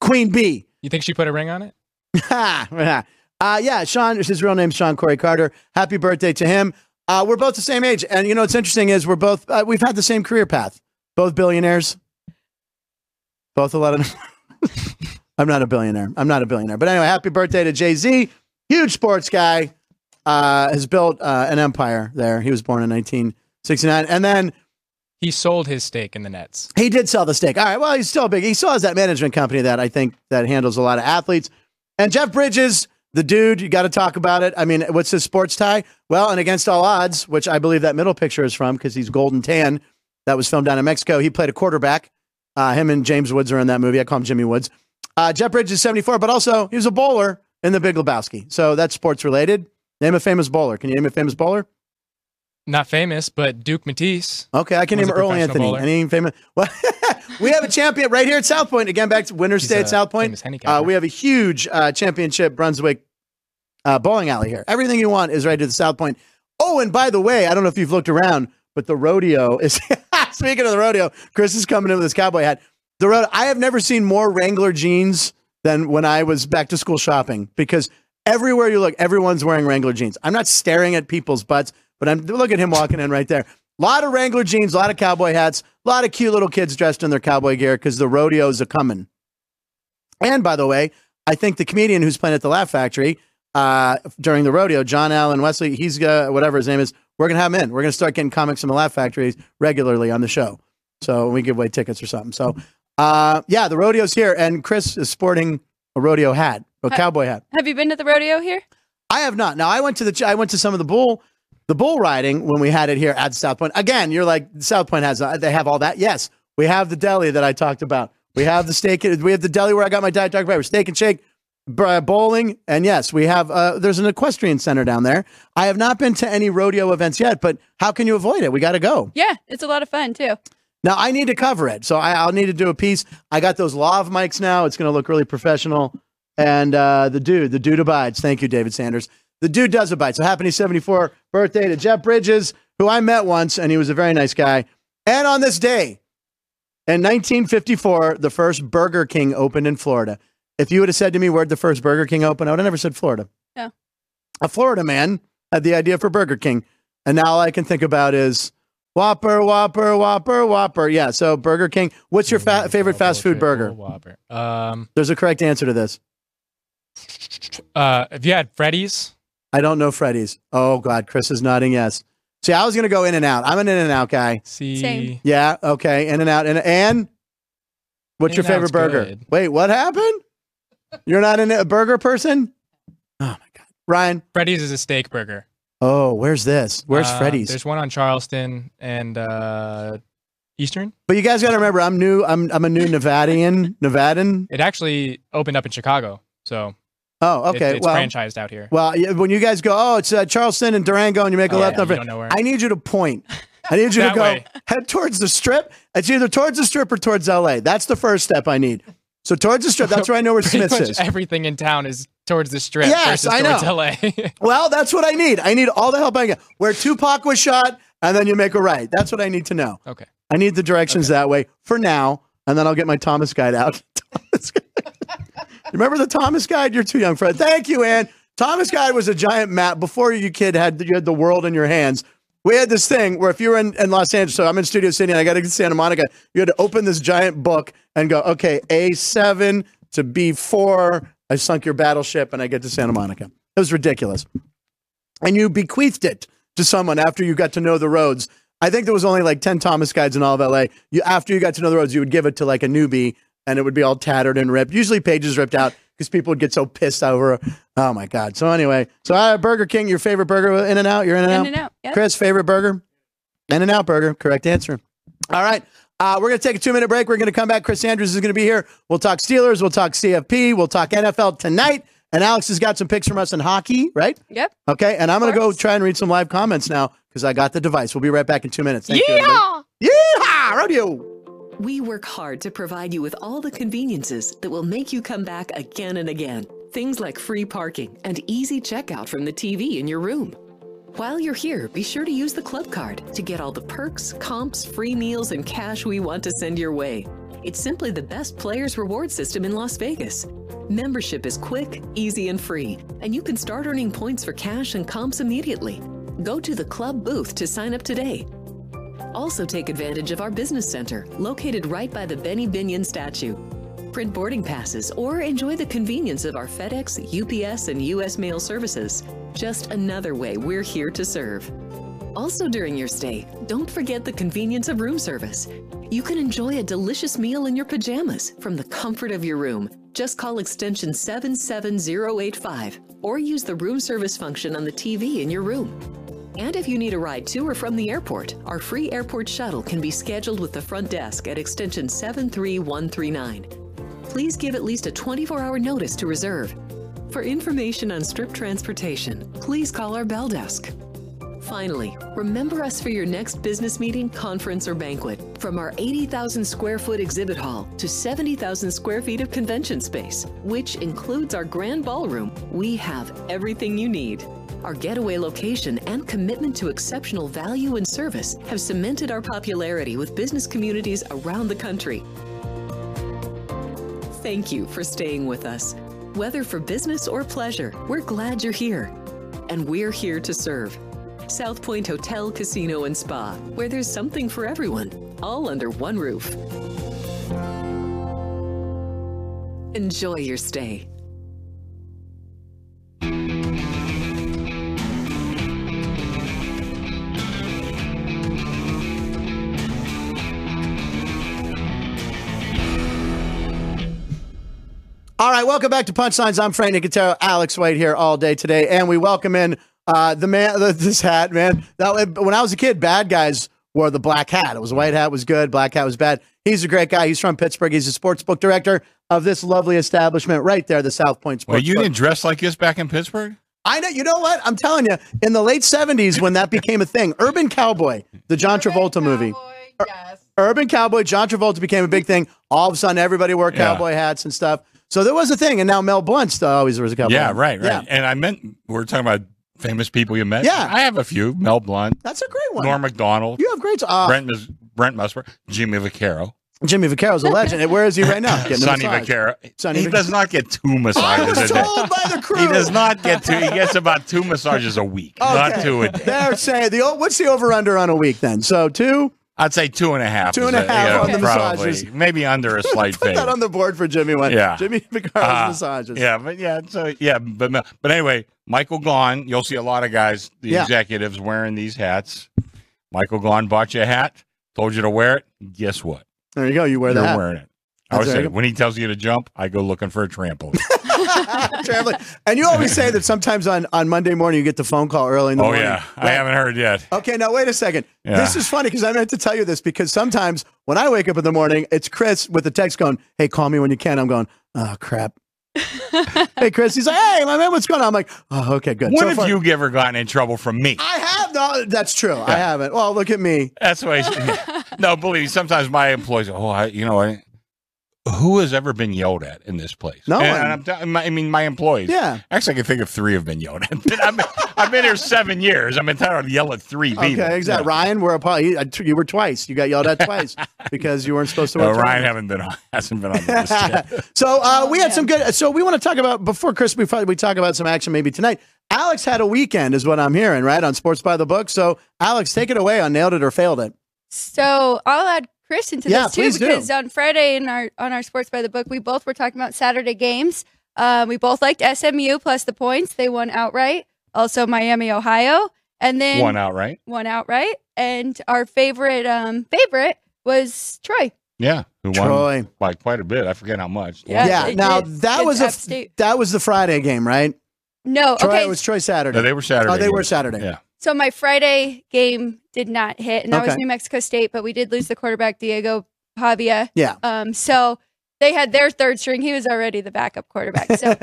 Queen Bee.
You think she put a ring on it?
uh, yeah, Sean, his real name's Sean Corey Carter. Happy birthday to him. Uh, we're both the same age. And you know what's interesting is we're both, uh, we've had the same career path. Both billionaires. Both a lot of. I'm not a billionaire. I'm not a billionaire. But anyway, happy birthday to Jay Z. Huge sports guy. Uh, has built uh, an empire there. He was born in 1969. And then
He sold his stake in the Nets.
he did sell the stake. All right. Well, he's still big. He still has that management company that I think that handles a lot of athletes. And Jeff Bridges, the dude, you got to talk about it. I mean, what's his sports tie? Well, and against all odds, which I believe that middle picture is from because he's golden tan. That was filmed down in Mexico. He played a quarterback. Uh, him and James Woods are in that movie. I call him Jimmy Woods. Uh, Jeff Bridges is 74, but also he was a bowler in the Big Lebowski. So that's sports related. Name a famous bowler. Can you name a famous bowler?
Not famous, but Duke Matisse.
Okay, I can
Was
name
a
Earl
professional
Anthony.
bowler.
Any famous? Well, we have a champion right here at South Point. Again, back to Winter
He's
State
a
at South Point.
famous handicapper.
Uh, we have a huge uh, championship Brunswick uh, bowling alley here. Everything you want is right to the South Point. Oh, and by the way, I don't know if you've looked around, but the rodeo is. Speaking of the rodeo, Chris is coming in with his cowboy hat. The road. I have never seen more Wrangler jeans than when I was back to school shopping because everywhere you look, everyone's wearing Wrangler jeans. I'm not staring at people's butts, but I'm look at him walking in right there. A lot of Wrangler jeans, a lot of cowboy hats, a lot of cute little kids dressed in their cowboy gear because the rodeos are coming. And by the way, I think the comedian who's playing at the Laugh Factory uh, during the rodeo, John Allen Wesley, he's uh, whatever his name is. We're gonna have him in. We're gonna start getting comics from the Laugh Factory regularly on the show. So we give away tickets or something. So uh, yeah, the rodeo's here, and Chris is sporting a rodeo hat, a
Hi.
cowboy hat.
Have you been to the rodeo here?
I have not. Now I went to the I went to some of the bull the bull riding when we had it here at South Point. Again, you're like South Point has they have all that. Yes, we have the deli that I talked about. We have the steak. We have the deli where I got my diet Dr pepper, steak and shake, br- uh, bowling, and yes, we have. Uh, there's an equestrian center down there. I have not been to any rodeo events yet, but how can you avoid it? We got to go.
Yeah, it's a lot of fun too.
Now I need to cover it, so I, I'll need to do a piece. I got those lav mics now. It's going to look really professional. And uh, the dude, the dude abides. Thank you, David Sanders. The dude does abide. So happy 74 birthday to Jeff Bridges, who I met once, and he was a very nice guy. And on this day, in 1954, the first Burger King opened in Florida. If you would have said to me, where'd the first Burger King open? I would have never said Florida.
Yeah.
A Florida man had the idea for Burger King. And now all I can think about is Whopper, Whopper, Whopper, Whopper. Yeah. So Burger King. What's your fa- favorite fast food burger?
Whopper. Um,
There's a correct answer to this.
uh, if you had Freddy's,
I don't know Freddy's. Oh God, Chris is nodding yes. See, I was gonna go in and out. I'm an in and out guy.
see,
Same.
Yeah, okay, in and out. And and what's your favorite
In-N-Out's
burger?
good.
Wait, what happened? You're not an- a burger person? Oh my God, Ryan.
Freddy's is a steak burger.
Oh, where's this? Where's
Uh,
Freddy's?
There's one on Charleston and uh, Eastern.
But you guys gotta remember, I'm new. I'm I'm a new Nevadian. Nevadan.
It actually opened up in Chicago, so
Oh,
it-
okay.
it's
well,
franchised out here.
well, yeah, when you guys go, oh, it's uh, Charleston and Durango, and you make a
Oh,
left
yeah,
on
you
Fre-
don't know where.
I need you to point. I need you to
That
go
way.
head towards the strip. It's either towards the strip or towards LA. That's the first step I need. So towards the strip, that's where I know where
Pretty
Smith's
much
is.
everything in town is towards the strip
Yes,
versus
I
towards
know.
LA.
Well, that's what I need. I need all the help I can get. Where Tupac was shot, and then you make a right. That's what I need to know.
okay.
I need the directions that way for now, and then I'll get my Thomas guide out. Thomas Guide. Remember the Thomas guide? You're too young for it. Thank you, Ann. Thomas guide was a giant map before you kid had you had the world in your hands. We had this thing where if you were in, in Los Angeles, so I'm in Studio City and I got to Santa Monica, you had to open this giant book and go, okay, A7 to B4. I sunk your battleship and I get to Santa Monica. It was ridiculous and you bequeathed it to someone after you got to know the roads. I think there was only like 10 Thomas guides in all of LA. You, after you got to know the roads, you would give it to like a newbie and it would be all tattered and ripped. Usually pages ripped out because people would get so pissed over. Oh my God. So anyway, so uh, Burger King, your favorite burger, In and Out, you're In and
In
Out.
and out. Yeah.
Chris, favorite burger? In and Out Burger. Correct answer. All right. Uh, we're going to take a two minute break. We're going to come back. Chris Andrews is going to be here. We'll talk Steelers. We'll talk CFP. We'll talk NFL tonight. And Alex has got some picks from us in hockey, right?
Yep.
Okay. And I'm going to go
course.
try and read some live comments now because I got the device. We'll be right back in two minutes. Thank you. everybody.
Yeah.
Yeehaw! Rodeo.
We work hard to provide you with all the conveniences that will make you come back again and again. Things like free parking and easy checkout from the TV in your room. While you're here, be sure to use the club card to get all the perks, comps, free meals, and cash we want to send your way. It's simply the best players reward system in Las Vegas. Membership is quick, easy, and free, and you can start earning points for cash and comps immediately. Go to the club booth to sign up today also take advantage of our business center, located right by the Benny Binion statue. Print boarding passes or enjoy the convenience of our FedEx, UPS, and U.S. mail services. Just another way we're here to serve. Also, during your stay, don't forget the convenience of room service. You can enjoy a delicious meal in your pajamas from the comfort of your room. Just call extension 77085 or use the room service function on the TV in your room. And if you need a ride to or from the airport, our free airport shuttle can be scheduled with the front desk at extension 73139. Please give at least a 24 hour notice to reserve. For information on strip transportation, please call our bell desk. Finally, remember us for your next business meeting, conference, or banquet. From our 80,000 square foot exhibit hall to 70,000 square feet of convention space, which includes our grand ballroom, we have everything you need. Our getaway location and commitment to exceptional value and service have cemented our popularity with business communities around the country. Thank you for staying with us. Whether for business or pleasure, we're glad you're here. And we're here to serve. South Point Hotel, Casino, and Spa, where there's something for everyone, all under one roof. Enjoy your stay.
All right, welcome back to Punchlines. I'm Frank Nicotero. Alex White here all day today, and we welcome in uh, the man. The, this hat, man. That when I was a kid, bad guys wore the black hat. It was white hat was good, black hat was bad. He's a great guy. He's from Pittsburgh. He's a sports book director of this lovely establishment right there, the South Point Sports.
Well, you
Book.
didn't dress like this back in Pittsburgh?
I know. You know what? I'm telling you. In the late '70s, when that became a thing, Urban Cowboy, the John Travolta movie.
Cowboy, Yes.
Urban Cowboy, John Travolta became a big thing. All of a sudden, everybody wore cowboy hats and stuff. So there was a thing, and now Mel Blunt's always was a cowboy.
Yeah,
hat.
right,
Yeah.
right. And I meant we're talking about famous people you met.
Yeah.
I have a few: Mel Blunt,
That's a great one.
Norm Macdonald,
You have great. Uh,
Brent Mus- Brent Musburger, Jimmy Vaccaro,
Jimmy Vaccaro's a legend. And Where is he right now? Getting a
Sonny
massage.
Vaccaro.
Sonny
he
Vac- Oh,
does not get two
I was
massages a day.
told by the crew.
He does not get two. He gets about two massages a week, not
Okay.
two a day.
They're saying the o- what's the over under on a week then? So two.
I'd say two and a half.
Two
is
and a
it,
half
yeah,
on the
probably.
massages.
Maybe under a slight
Put
thing.
that on the board for Jimmy one.
Yeah.
Jimmy Vaccaro's
Uh,
massages.
Yeah, but yeah, so yeah, but no- but anyway, Michael Gaughan, you'll see a lot of guys, the
Yeah.
executives wearing these hats. Michael Gaughan bought you a hat, told you to wear it. Guess what?
There you go. You wear
You're
that.
wearing it. I
That's
always
right.
say when he tells you to jump, I go looking for a trampoline.
Traveling. And you always say that sometimes on, on Monday morning you get the phone call early in the
oh
morning.
yeah, I
Right? Uh,
haven't heard yet.
Okay, now wait a second.
Yeah.
This is funny because I meant to tell you this because sometimes when I wake up in the morning, it's Chris with the text going, "Hey, call me when you can." I'm going, "Oh crap." hey, Chris. He's like, "Hey, my man, what's going on?" I'm like, "Oh, okay, good."
When
So
have
far-
you ever gotten in trouble from me?
I have not. That's true. I haven't. Well, look at me.
That's why. no, believe me. Sometimes my employees, oh, I, you know, I, who has ever been yelled at in this place?
No
and,
one.
and I'm t- my- I mean, my employees.
Yeah.
Actually, I can think of three have been yelled at. But I'm, I've been here seven years. I'm entitled to yell at three people.
Okay, exactly.
Yeah.
Ryan, we're apart. You, I- you were twice. You got yelled at twice because you weren't supposed to.
No,
Work
Uh, Oh, Ryan haven't been on, hasn't been on the list yet.
so
Oh,
uh, we had some good. So we want to talk about before Chris. We probably we talk about some action maybe tonight. Alex had a weekend, is what I'm hearing, right on Sports by the Book. So Alex, take it away on nailed it or failed it.
So I'll add Chris into
Yeah,
this too
please do.
because on Friday in our on our Sports by the Book, we both were talking about Saturday games. Um, we both liked SMU plus the points; they won outright. Also Miami, Ohio, and then
One out, right?
won outright. And our favorite um, favorite was Troy.
Yeah. Who won
Troy.
by quite a bit. I forget how much.
Yeah,
Yeah.
they
Now
did.
that
Good
was a
App State.
that was the Friday game, right? Troy
No, Oh, okay,
it was Troy Saturday.
No, they were Saturday.
Oh, they were
games.
Saturday.
Yeah.
So my Friday game did not hit, and that was
Okay.
New Mexico State, but we did lose the quarterback Diego Pavia.
Yeah.
Um, so they had their third string. He was already the backup quarterback. So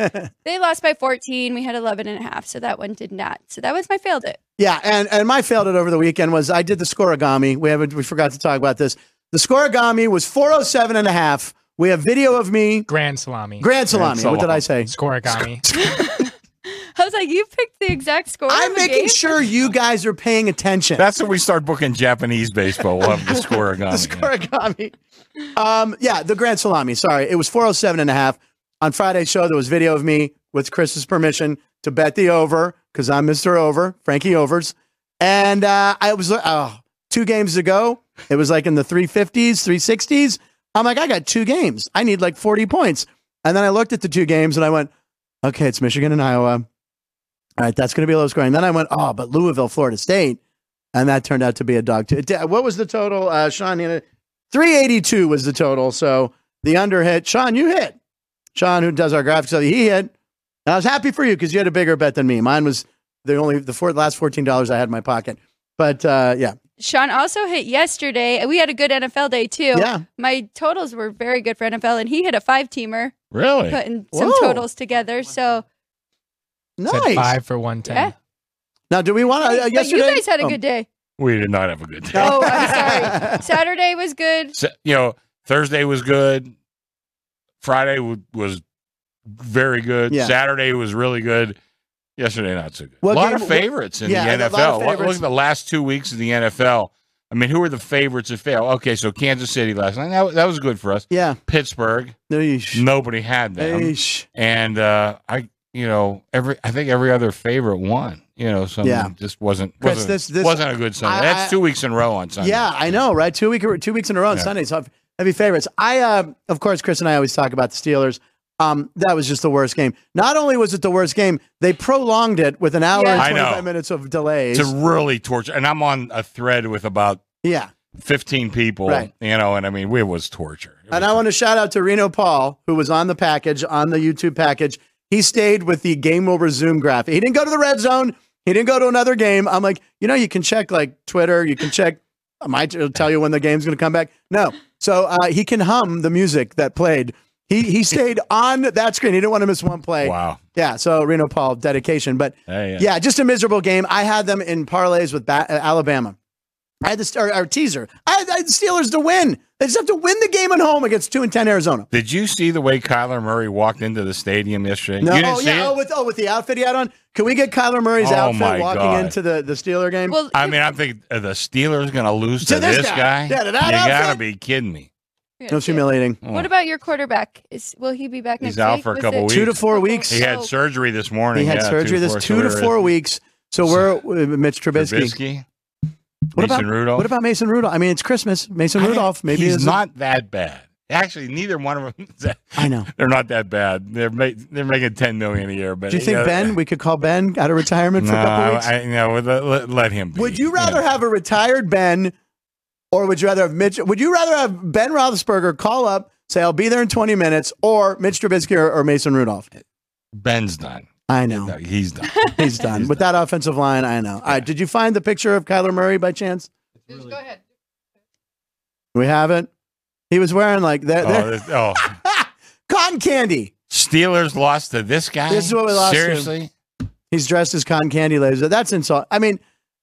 they lost by 14. We had 11 and a half. So that one did not. So that was my failed it.
Yeah, and and my failed it over the weekend was I did the scoregami. We haven't we forgot to talk about this. The scoregami was 407 and a half. We have video of me
Grand salami.
grand salami. What did I say?
Scorigami.
I was like, you picked the exact score.
I'm
of the
making
game?
sure you guys are paying attention.
That's when we start booking Japanese baseball. We'll have the score
the scoregami. Um, yeah, the grand salami. Sorry, it was 407 and a half. On Friday's show, there was video of me with Chris's permission to bet the over because I'm Mr. Over, Frankie Overs. And uh, I was oh, two games ago. It was like in the 350s, 360s. I'm like, I got two games. I need like 40 points. And then I looked at the two games and I went, okay, it's Michigan and Iowa. All right, that's going to be low scoring. Then I went, oh, but Louisville, Florida State. And that turned out to be a dog, too. It did- What was the total? Uh, Sean, you know, 382 was the total. So the under hit. Sean, you hit. Sean, who does our graphics, he hit. And I was happy for you because you had a bigger bet than me. Mine was the only, the four, last $14 I had in my pocket. But uh, yeah.
Sean also hit yesterday. and We had a good NFL day too.
Yeah.
My totals were very good for NFL, and he hit a five teamer,
Really?
putting some
Whoa.
totals together. So
Said
Nice.
five for 110.
Yeah.
Now, do we want to? Uh,
But
yesterday,
you guys had a
Oh.
good day.
We did not have a good day.
Oh, I'm
Um,
sorry. Saturday was good.
So, you know, Thursday was good. Friday w- was very good.
Yeah.
Saturday was really good. Yesterday, not so good.
What
a lot
game-
of favorites in
Yeah, a
the
lot of
NFL. Look- Look
favorites.
at the last two weeks of the NFL. I mean, who are the favorites that fail? Okay, so Kansas City last night. That, that was good for us.
Yeah.
Pittsburgh,
Eesh.
nobody had them.
Eesh.
and uh, I, you know, every I think every other favorite won. You know, so
Yeah.
just wasn't
Chris,
wasn't,
this- this-
wasn't a good Sunday.
I-
That's
I-
two weeks in a row on Sunday.
Yeah, I know, right? Two week two weeks in a row on
Yeah.
Sundays. Heavy heavy favorites. I uh, of course Chris and I always talk about the Steelers. Um, that was just the worst game. Not only was it the worst game, they prolonged it with an hour
Yeah.
I
and
know.
twenty five minutes of delays.
It's a really torture, and I'm on a thread with about
yeah.
15 people,
Right.
you know, and I mean, it was torture. It
And
was-
I want to shout out to Reno Paul, who was on the package, on the YouTube package. He stayed with the game over Zoom graphic. He didn't go to the red zone. He didn't go to another game. I'm like, you know, you can check like Twitter. You can check. I might it'll tell you when the game's going to come back. No. So uh, he can hum the music that played. He he stayed on that screen. He didn't want to miss one play.
wow.
Yeah. So Reno Paul, dedication. But
Hey, yeah.
yeah, just a miserable game. I had them in parlays with ba- uh, Alabama. I had the st- or, or teaser. I had, I had the Steelers to win. They just have to win the game at home against two and ten Arizona.
Did you see the way Kyler Murray walked into the stadium yesterday?
No,
you didn't
oh
see
yeah,
it?
oh with oh with the outfit he had on. Can we get Kyler Murray's
Oh, my
outfit walking
God.
into the the Steeler game?
Well,
I mean, I'm thinking are the Steelers going to lose to, this guy.
Yeah, to that
you got to
outfit?
be kidding me.
yeah,
it was humiliating.
What about your quarterback? Is will he be back
He's
next
out
week?
for a
Was
couple
it-
weeks.
Two to four weeks.
He had
So-
surgery this morning.
He had
yeah,
surgery this
four, so
two to
we're-
four weeks. So we're uh, Mitch Trubisky.
Trubisky,
What
Mason
about
Rudolph.
what about Mason Rudolph? I mean, it's Christmas. Mason
I think
Rudolph maybe
he's
is
not that bad. Actually, neither one of them. is that-
I know.
They're not that bad. They're ma- they're making ten million a year. But
Do you think
know,
Ben? We could call Ben out of retirement for
no,
a couple weeks.
I, no, let, let- let him. Be.
Would you rather have a retired Ben, or would you rather have Mitch? Would you rather have Ben Roethlisberger call up, say I'll be there in 20 minutes, or Mitch Trubisky or, or Mason Rudolph?
Ben's done.
I
No,
know
he's done.
he's done with that offensive line. I know. All right, did you find the picture of Kyler Murray by chance?
Just go ahead.
We have it. He was wearing like that.
oh, this- oh.
cotton candy.
Steelers lost to this guy.
This is what we lost to.
Seriously,
He's dressed as cotton candy, ladies. That's insult. I mean,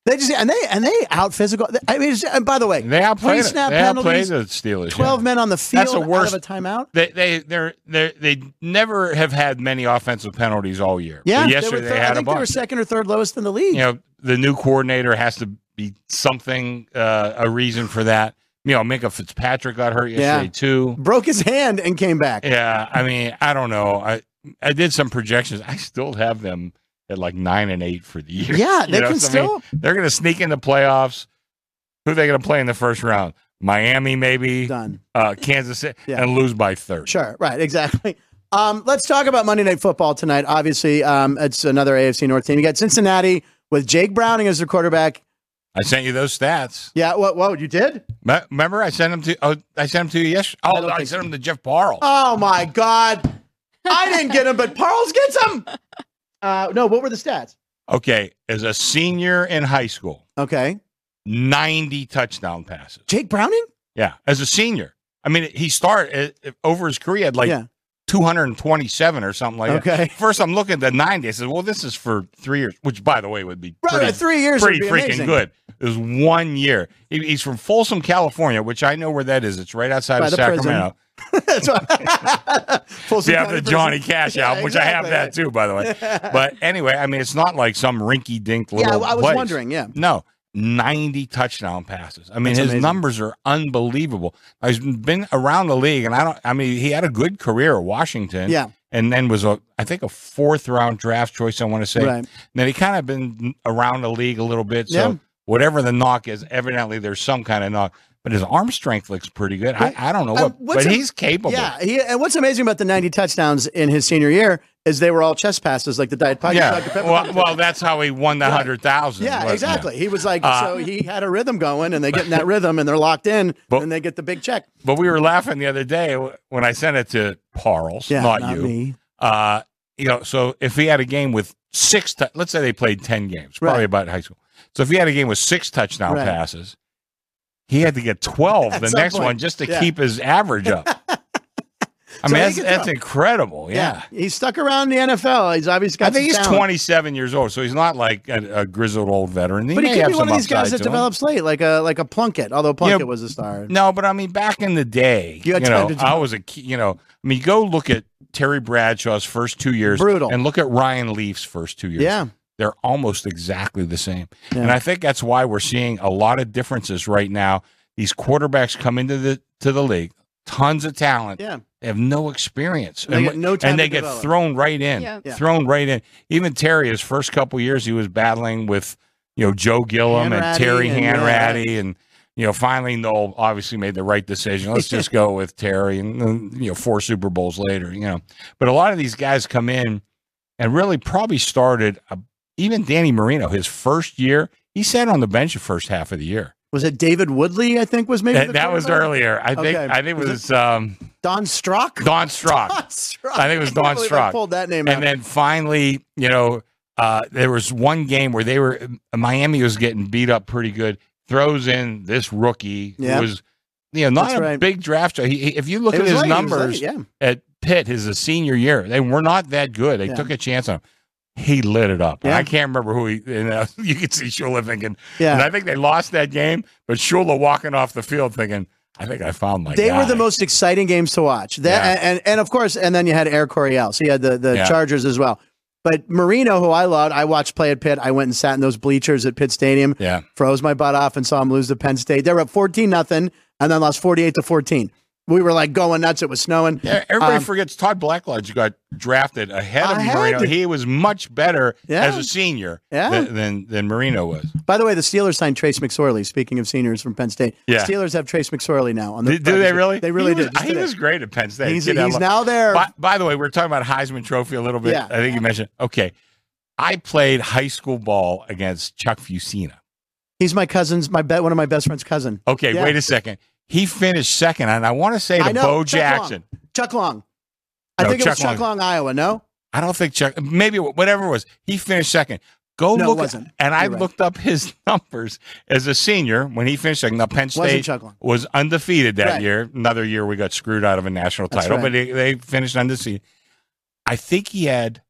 they just and they and they out physical. I mean, it's- and by the way,
they outplayed. it.
Pre-snap
They outplayed
penalties,
the Steelers. yeah.
12 men on the field.
That's the worst-
Out of a timeout.
They they they're, they they never have had many offensive penalties all year.
Yeah,
But
were
yesterday they,
third- I
had a
think
bunch.
they were second or third lowest in the league.
you know the new coordinator has to be something uh, a reason for that. You know, Minka Fitzpatrick got hurt yesterday
Yeah.
too.
Broke his hand and came back.
Yeah, I mean, I don't know. I I did some projections. I still have them at like nine and eight for the year.
Yeah,
You
they
know,
can
so, I mean,
still.
they're going to sneak into playoffs. Who are they going to play in the first round? Miami, maybe
done.
uh, Kansas City,
Yeah.
and lose by thirty.
Sure. Right. Exactly. Um, let's talk about Monday Night Football tonight. Obviously, um, it's another AFC North team. You got Cincinnati with Jake Browning as their quarterback.
I sent you those stats.
Yeah. What? Whoa, you did?
Me- Remember, I sent them to. Oh, I sent them to you yesterday.
I
Oh,
don't
I,
think
sent them to Jeff Parle.
Oh, my God. I didn't get him, but Parles gets him. Uh, no, what were the stats?
Okay, as a senior in high school,
Okay.
90 touchdown passes.
Jake Browning?
Yeah, as a senior. I mean, he started eh, over his career had like
yeah.
227 or something like that.
Okay.
First, I'm looking at the 90. I said, well, this is for three years, which, by the way, would be
Right,
pretty,
right, three years
pretty
would be
freaking
amazing.
good. It was one year. He- he's from Folsom, California, which I know where that is. It's right outside
By
of
the prison.
Sacramento.
That's why. Folsom
Yeah,
County
the
Prison.
Johnny Cash
Yeah,
album, which I have
exactly,
that
right.
too, by the way. But anyway, I mean, it's not like some rinky dink little.
Yeah, I was
place.
wondering. Yeah.
No, 90 touchdown passes. I mean,
That's
his
amazing.
numbers are unbelievable. He's been around the league, and I don't, I mean, he had a good career at Washington.
Yeah.
And then was, a, I think, a fourth round draft choice, I want to say.
Right.
And then he kind of been around the league a little bit. So
Yeah.
whatever the knock is, evidently there's some kind of knock. But his arm strength looks pretty good. I, I don't know
Um,
what,
what's
but
a-
he's capable.
Yeah. He, and what's amazing about the 90 touchdowns in his senior year is they were all chest passes, like the Diet Pepper.
Yeah.
Dr. Pepper.
Well, well, that's how he won the 100,000.
yeah,
wasn't it?
exactly. He was like,
Uh,
so he had a rhythm going, and they get in that rhythm, and they're locked in,
But-
and they get the big check.
But we were laughing the other day when I sent it to Parles,
Yeah,
not,
not
you.
me.
Uh, you know, so if he had a game with six, tou- let's say they played 10 games, probably
Right.
about high school. So if he had a game with six touchdown
Right.
passes, he had to get 12
At
the
some
next
point,
one just to
yeah.
keep his average up. I
So
mean,
they
that's,
could
that's
throw.
incredible. Yeah.
He's stuck around the NFL. He's obviously got
I think
some
he's
talent.
27 years old, so he's not like a, a grizzled old veteran.
But he
may
could
have
be one
some
of these guys
upside
that
to him.
develops late, like a like a Plunkett. Although Plunkett was a star.
No, but I mean, back in the day,
You
you,
had time
know,
to do-
I was a key, you know, I mean, go look at Terry Bradshaw's first two years,
Brutal.
and look at Ryan Leaf's first two years.
Yeah.
they're almost exactly the same,
Yeah.
and I think that's why we're seeing a lot of differences right now. These quarterbacks come into the to the league, tons of talent,
Yeah.
they have no experience,
They get no time
and
to
they get
develop.
thrown right in,
Yeah.
Yeah.
thrown right in. Even Terry, his first couple years, he was battling with you know Joe Gillum
Hanratty
and Terry
and, uh,
Hanratty, and you know finally Noel obviously made the right decision. Let's just go with Terry, and then, you know four Super Bowls later, you know. But a lot of these guys come in and really probably started. uh even Danny Marino, his first year, he sat on the bench the first half of the year.
Was it David Woodley? I think was maybe the
That, that was
quarterback?
earlier. I think.
Okay.
I think it
Was it-
was um,
Don Strock.
Don Strock.
Don Strock.
I think it was
can't
Don
believe I
Strock.
pulled that name out.
And then finally, you know, uh, there was one game where they were Miami was getting beat up pretty good. Throws in this rookie
Yeah.
who was, you know, not
That's
a
right.
big draft. He, he- if you look
It
at
was
his
late, it was
numbers
late, yeah.
at Pitt, his senior year, they were not that good. They
Yeah.
took a chance on him. He lit it up.
Yeah.
I can't remember who he. You, know, you could see Shula thinking,
Yeah.
and I think they lost that game. But Shula walking off the field thinking, I think I found my.
they were
guy."
the most exciting games to watch. That
Yeah.
and, and of course, and then you had Eric Coryell. So you had the the
Yeah.
Chargers as well. But Marino, who I loved, I watched play at Pitt. I went and sat in those bleachers at Pitt Stadium.
Yeah.
froze my butt off and saw him lose to Penn State. They were up fourteen nothing, and then lost forty eight to fourteen. We were like going nuts. It was snowing.
Yeah, everybody
Um,
forgets Todd Blackledge got drafted ahead of
Ahead.
Marino. He was much better
Yeah.
as a senior
Yeah.
than, than than Marino was.
By the way, the Steelers signed Trace McSorley. Speaking of seniors from Penn State,
Yeah.
Steelers have Trace McSorley now. On the
Do, do they really?
They really
he was,
did. just
He
today.
was great at Penn State.
he's,
Kid had
he's
a lot-
now there.
by, by the way, we are talking about Heisman Trophy a little bit.
Yeah.
I think you mentioned. Okay, I played high school ball against Chuck Fusina.
he's my cousin's, my bet, one of my best friend's cousin.
Okay,
Yeah.
wait a second. He finished second, and I want to say
I
to
know,
Bo
Chuck Long.
Jackson.
Chuck Long. I
No,
think it was
Chuck
Chuck Long, Iowa. No,
I don't think Chuck. Maybe whatever it was, he finished second. Go
No, it
look,
wasn't.
and I
You're right.
looked up his numbers as a senior when he finished second. Now Penn
wasn't
State
Chuck Long.
was undefeated that
Right.
year. Another year we got screwed out of a national
That's
title,
right.
but they, they finished undefeated. I think he had,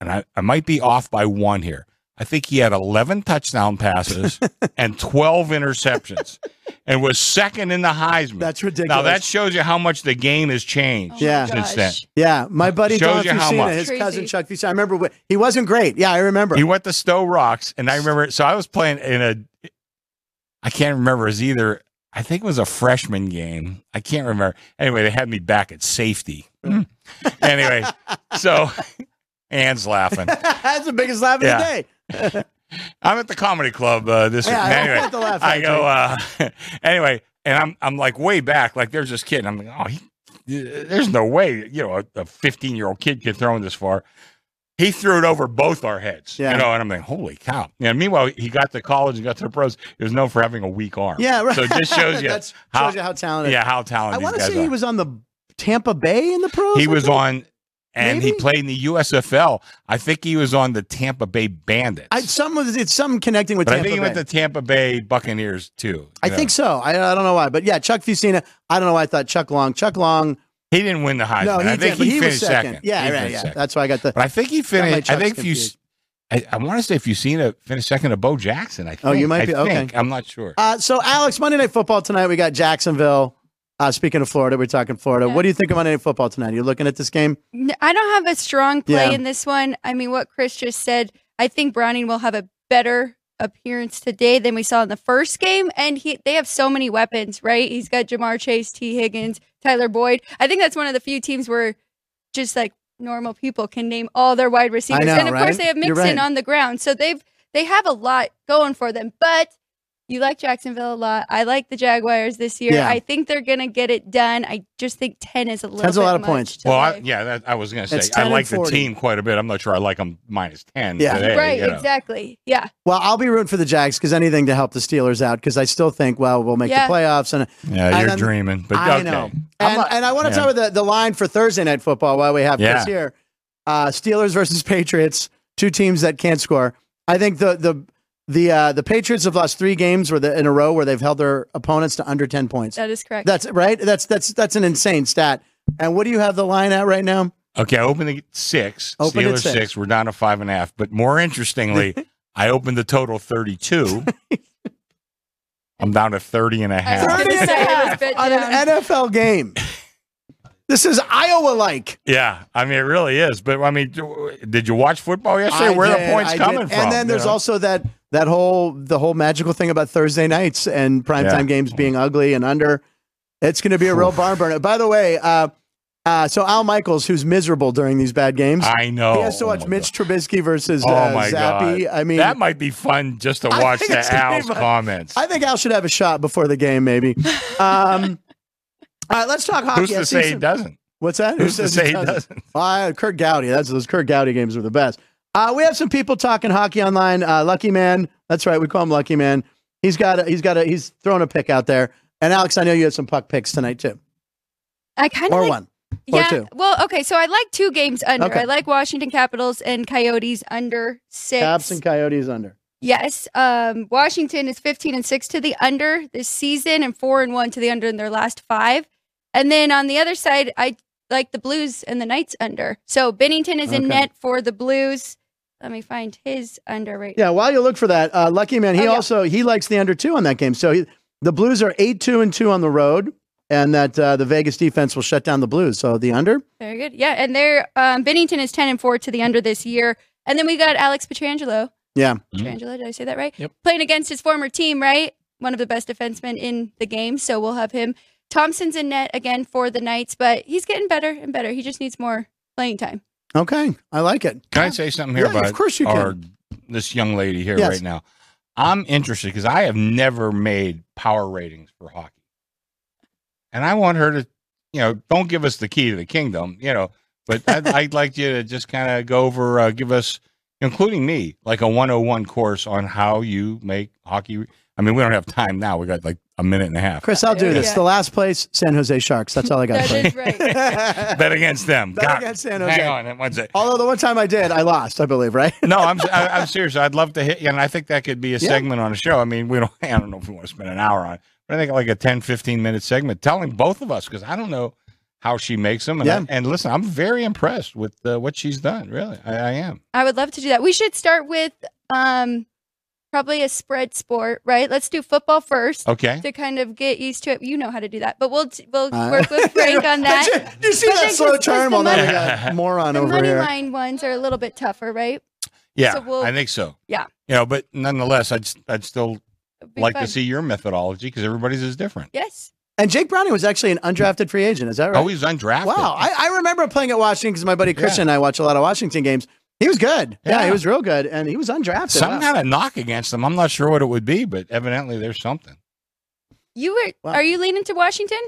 and I, I might be off by one here. I think he had 11 touchdown passes and 12 interceptions, and was second in the Heisman.
That's ridiculous.
now that shows you how much the game has changed.
Oh my
Yeah.
Since then.
gosh.
yeah, my buddy
Shows
John
you how much.
Fusina, his
Crazy.
cousin Chuck Fusina. I remember wh- he wasn't great. Yeah, I remember.
He went to Stowe Rocks, and I remember. So I was playing in a. I can't remember. It was either I think it was a freshman game. I can't remember. Anyway, they had me back at safety. anyway, so Anne's laughing.
That's the biggest laugh of
Yeah.
the day.
I'm at the comedy club uh, this
Yeah, I
week.
don't
Anyway,
want the laugh
I go. Uh, anyway, and I'm I'm like way back. Like there's this kid. and I'm like, oh, he, there's no way. You know, a 15 year old kid could throw in this far. He threw it over both our heads.
Yeah.
You know, and I'm like, holy cow. And meanwhile, he got to college and got to the pros. He was known for having a weak arm.
Yeah, right.
So it just shows you,
That's-
how,
shows you how talented.
yeah, how
I
talented
want
these
to
guys
say he
are.
was on the Tampa Bay in the pros.
He was on and he
Maybe.
played in the USFL. I think he was on the Tampa Bay Bandits.
I, some of it's some connecting with
but I
Tampa
think he went
Bay.
to Tampa Bay Buccaneers too.
I
Yeah.
think so. I, I don't know why, but yeah, Chuck Fusina. I don't know why I thought Chuck Long. Chuck Long.
he didn't win the Heisman.
no, he
I think
did, but
he,
he was
finished
second.
He
Yeah, right.
finished
Yeah,
second.
that's why I got the.
But I think he
my
finished. I
Chucks
think if you,
confused.
I, I want to say if you've seen it, finished second to Bo Jackson. I think.
Oh, you might
I
be- okay.
think. I'm not sure.
Uh, so, Alex, Monday Night Football tonight. We got Jacksonville. Uh, speaking of Florida, we're talking Florida.
Yeah.
What do you think of Monday Night Football tonight? Are you looking at this game?
N- I don't have a strong play
Yeah.
in this one. I mean, what Chris just said, I think Browning will have a better appearance today than we saw in the first game. And he, they have so many weapons, right? He's got Jamar Chase, T. Higgins, Tyler Boyd. I think that's one of the few teams where just like normal people can name all their wide receivers.
know,
and of
right?
course, they have
You're
Mixon
right.
on the ground. So they've, they have a lot going for them. But you like Jacksonville a lot. I like the Jaguars this year.
Yeah.
I think they're going to get it done. I just think 10 is a little
Ten's a
bit
lot of
much
points.
to
well, I,
lay.
yeah, that, I was going to
It's
say I
10
like
and
the
40.
team quite a bit. I'm not sure I like them minus ten.
Yeah.
today,
right,
you know.
exactly. Yeah.
Well, I'll be rooting for the Jags because anything to help the Steelers out because I still think, well, we'll make
Yeah.
the playoffs. And
Yeah, you're
I'm-
dreaming, but
I
okay.
know.
I'm
And,
not-
and I want to
yeah.
talk about the, the line for Thursday Night Football while we have
Yeah.
this here. Uh, Steelers versus Patriots, two teams that can't score. I think the the the uh, the Patriots have lost three games where the, in a row where they've held their opponents to under ten points.
That is correct.
That's right. That's that's that's an insane stat. And what do you have the line at right now?
Okay, I opened the six.
Open at
Steelers
six.
six. We're down to five and a half. But more interestingly, I opened the total 32. I'm down to 30 and a
I was
half.
gonna
30 and a
say, it was
half
bit
on
down.
an NFL game. This is Iowa like.
Yeah, I mean, it really is. But I mean, do- did you watch football yesterday? Where are the points coming from?
And then
you
there's
know?
also that that whole the whole magical thing about Thursday nights and primetime
Yeah.
games being ugly and under. It's going to be a real barn burner. By the way, uh, uh, so Al Michaels, who's miserable during these bad games,
I know.
he has to
Oh
watch
my
Mitch Trubisky versus
God.
uh,
Oh my
Zappy.
god!
I mean,
that might be fun just to
I
watch
think
the
it's gonna be
Al's
fun.
comments.
I think Al should have a shot before the game, maybe. Um, all right, let's talk hockey.
Who's
I
to
see
say he
some-
doesn't?
What's that?
Who's to say he doesn't?
Uh, Kurt Gowdy. That's those Kurt Gowdy games were the best. Uh, we have some people talking hockey online. Uh, Lucky Man. That's right. We call him Lucky Man. He's got a, he's got a, he's throwing a pick out there. And Alex, I know you had some puck picks tonight too,
I kind
or
of like,
one. or
yeah.
two.
Well, okay. So I like two games under.
Okay.
I like Washington Capitals and Coyotes under six.
Caps and Coyotes under.
yes. Um, Washington is fifteen and six to the under this season, and four and one to the under in their last five. And then on the other side, I like the Blues and the Knights under. So Bennington is
Okay.
in net for the Blues. Let me find his under right.
Yeah. While you look for that, uh, Lucky Man. He
Oh, yeah.
also he likes the under two on that game. So he, the Blues are eight two and two on the road, and that uh, the Vegas defense will shut down the Blues. So the under.
Very good. Yeah, and there, um, Bennington is ten and four to the under this year, and then we got Alex Petrangelo.
Yeah.
Petrangelo, did I say that right?
Yep.
Playing against his former team, right? One of the best defensemen in the game, so we'll have him. Thompson's in net again for the Knights, but he's getting better and better. He just needs more playing time.
Okay, I like it.
Can I say something here
Yeah,
about
of course you can.
our- this young lady here
Yes.
right now? I'm interested because I have never made power ratings for hockey. And I want her to, you know, don't give us the key to the kingdom, you know, but I'd, I'd like you to just kind of go over, uh, give us, including me, like a 101 course on how you make hockey. I mean, we don't have time now. We got like a minute and a half.
Chris, I'll do this.
Yeah.
The last place, San Jose Sharks. That's all I got.
That
for you.
is right.
Bet against them.
Bet
Got it.
against San Jose.
Hang on one sec.
Although the one time I did, I lost, I believe, right?
No, I'm I, I'm serious. I'd love to hit you, and I think that could be a
Yeah.
segment on a show. I mean, we don't. I don't know if we want to spend an hour on it, but I think like a 10, 15 minute segment telling both of us because I don't know how she makes them. And, I-
Yeah.
and listen, I'm very impressed with uh, what she's done. Really, I, I am.
I would love to do that. We should start with um, probably a spread sport, right? Let's do football first.
Okay.
To kind of get used to it, you know how to do that, but we'll t- we'll
Uh,
work with Frank on that.
Did you, you see
But
that
then
slow
just- just
turn?
the
Well, now we
money-
got moron
The
over
money
here.
line ones are a little bit tougher, right?
Yeah,
So we'll-
I think so.
Yeah.
You know, but nonetheless, I'd s- I'd still
It'd be
like
fun.
to see your methodology because everybody's is different.
Yes.
And Jake Browning was actually an undrafted free agent. Is that right?
Oh, he's undrafted.
wow. I, I remember playing at Washington because my buddy Christian
Yeah.
and I watch a lot of Washington games. He was good. Yeah, he
Yeah.
was real good. And he was undrafted.
Some
Wow.
kind of knock against them. I'm not sure what it would be, but evidently there's something.
You were.
Wow.
Are you leaning to Washington?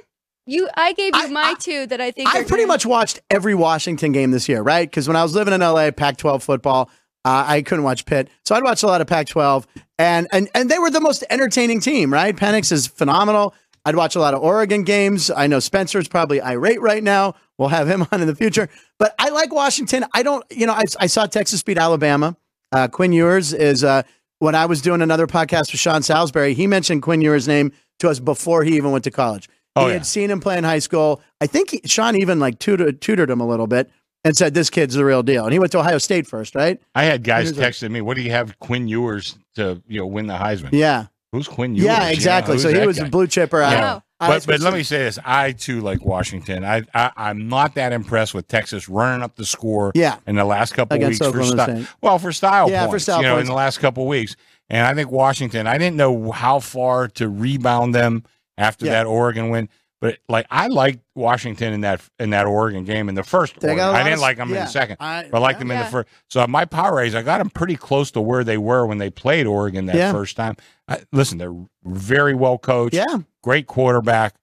You. I gave you
I-
my
I-
two that I think.
I
are
pretty
gonna-
much watched every Washington game this year, right? Because when I was living in LA, Pac-12 football, uh, I couldn't watch Pitt, so I'd watch a lot of Pac-12, and and and they were the most entertaining team, right? Penix is phenomenal. I'd watch a lot of Oregon games. I know Spencer's probably irate right now We'll have him on in the future. But I like Washington. I don't, you know, I, I saw Texas beat Alabama. Uh, Quinn Ewers is, uh, when I was doing another podcast with Sean Salisbury, he mentioned Quinn Ewers' name to us before he even went to college.
Oh,
he
yeah.
had seen him play in high school. I think he, Sean even like tutored, tutored him a little bit and said, this kid's the real deal. And he went to Ohio State first, right?
I had guys
Here's a-
texting me, "What do you have Quinn Ewers to you know win the Heisman?
Yeah.
Who's Quinn Ewers? You
Yeah,
know,
exactly.
who's
so he
that
was
guy?
a blue chipper. uh, out of
Yeah.
Oh.
Iowa
But, but let
State.
me say this: I too like Washington. I, I I'm not that impressed with Texas running up the score
Yeah.
in the last couple
Against
weeks for
Oklahoma
sty-
State.
well for style
Yeah, for
points.
style
you know,
points.
in the last couple weeks, and I think Washington. I didn't know how far to rebound them after
Yeah.
that Oregon win, but like I liked Washington in that in that Oregon game in the first.
They got
Oregon.
a lot
I didn't
of-
like them in
yeah.
the second.
I,
But I liked them in
Yeah.
the first. So my power raise, I got them pretty close to where they were when they played Oregon that
Yeah.
first time. I, listen, they're very well coached
Yeah.
great quarterback.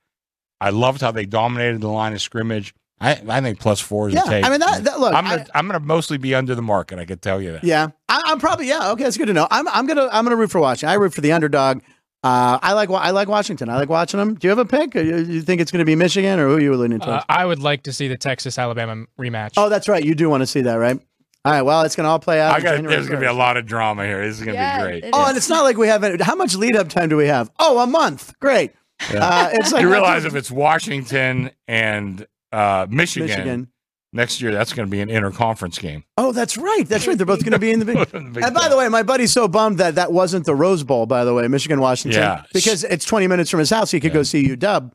I loved how they dominated the line of scrimmage. I, I think plus four is
Yeah.
a take.
I mean, that, that look,
I'm
I-
gonna I, am gonna mostly be under the market. I could tell you that.
Yeah, I, I'm probably yeah. Okay, that's good to know. I'm I'm gonna I'm gonna root for Washington. I root for the underdog. Uh, I like Wa- I like Washington. I like watching them. Do you have a pick? Or you, you think it's gonna be Michigan or who are you leaning towards?
Uh, I would like to see the Texas Alabama rematch.
oh, that's right. You do want to see that, right? All right. Well, it's gonna all play out.
I
on
got.
January
There's gonna be a
1st.
lot of drama here. This is gonna
Yeah,
be great.
it
Oh,
is.
and it's not like we have it. How much lead up time do we have? Oh, a month. Great.
Yeah.
Uh, it's like
you realize if it's Washington and uh, Michigan,
Michigan.
next year, that's gonna be an interconference game.
Oh, that's right. That's right. They're both gonna be in the. Big
and
And by the way, my buddy's so bummed that that wasn't the Rose Bowl. By the way, Michigan Washington,
Yeah.
because it's 20 minutes from his house. He could go see U Dub,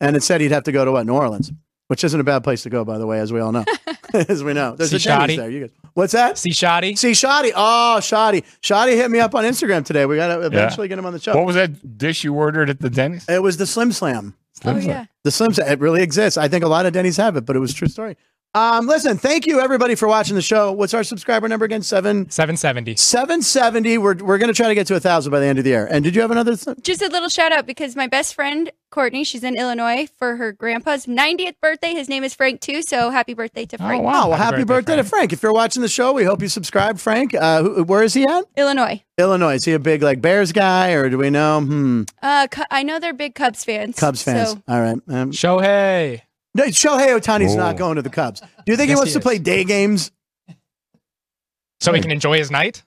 and instead he'd have to go to what New Orleans, which isn't a bad place to go, by the way, as we all know, as we know. There's
See
a Denny's
Shoddy?
there. You guys, what's that?
See Shoddy?
See Shoddy. Oh, Shoddy. Shoddy hit me up on Instagram today. We got to eventually get him on the show.
what was that dish you ordered at the dentist?
it was the Slim Slam.
oh yeah.
The Slim Slam, it really exists. I think a lot of Denny's have it, but it was a true story. Um, listen, thank you everybody for watching the show. What's our subscriber number again? Seven
770.
770. We're, we're going to try to get to a 1,000 by the end of the year. And did you have another? Th-
Just a little shout out because my best friend Courtney, she's in Illinois for her grandpa's 90th birthday. His name is Frank too, so happy birthday to Frank.
wow.
oh, well, happy,
Happy
birthday,
birthday,
to Frank. If you're watching the show, we hope you subscribe, Frank. Uh, who, where is he at?
Illinois.
Illinois. Is he a big like Bears guy or do we know? Hmm.
Uh, Cu- I know they're big Cubs fans.
Cubs fans.
So
All right. Um,
Shohei.
no, Shohei Otani's not
Ooh.
going to the Cubs. Do you think he
Oh. Yes,
wants
he
to
is.
play day games?
So he can enjoy his night?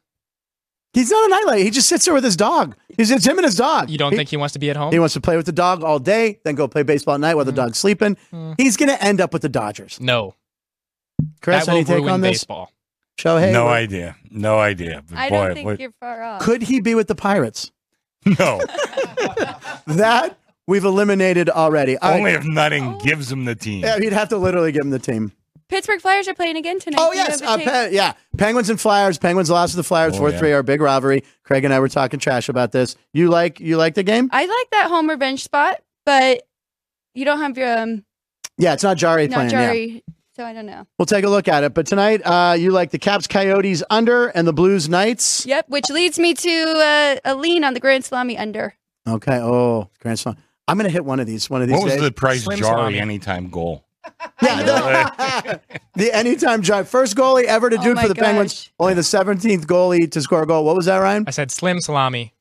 He's not a nightlight. He just sits there with his dog. He's, it's him and his dog.
You don't
He-
think he wants to be at home?
he wants to play with the dog all day, then go play baseball at night while the dog's sleeping?
Mm.
He's going to end up with the Dodgers.
no.
Chris,
that will
any take
ruin
on this?
baseball.
Shohei,
no
what-
idea. No idea. But
I
boy,
don't think
what-
you're far off.
could he be with the Pirates?
no.
That we've eliminated already. All right.
Only if Nutting gives him the team.
Oh. Yeah, you'd have to literally give him the team.
Pittsburgh Flyers are playing again tonight.
Oh
Do you
yes,
have a
uh,
take?
Pe- yeah. Penguins and Flyers. Penguins lost to the Flyers
Oh,
four three. Our big rivalry. Craig and I were talking trash about this. You like you like the game?
I like that home revenge spot, but you don't have your um,
Yeah, it's not Jari
not
playing. Yeah.
Jari, so I don't know.
We'll take a look at it. But tonight, uh, you like the Caps Coyotes under and the Blues Knights.
Yep, which leads me to uh, a lean on the Grand Salami under.
Okay. Oh, Grand Slam. I'm gonna hit one of these. One of these
What was
days.
the price
Slim
Jari
salami.
anytime goal?
yeah, the, the anytime drive. First goalie ever to
Oh
do it
my
for the Penguins.
gosh.
Only the 17th goalie to score a goal. What was that, Ryan?
I said slim salami.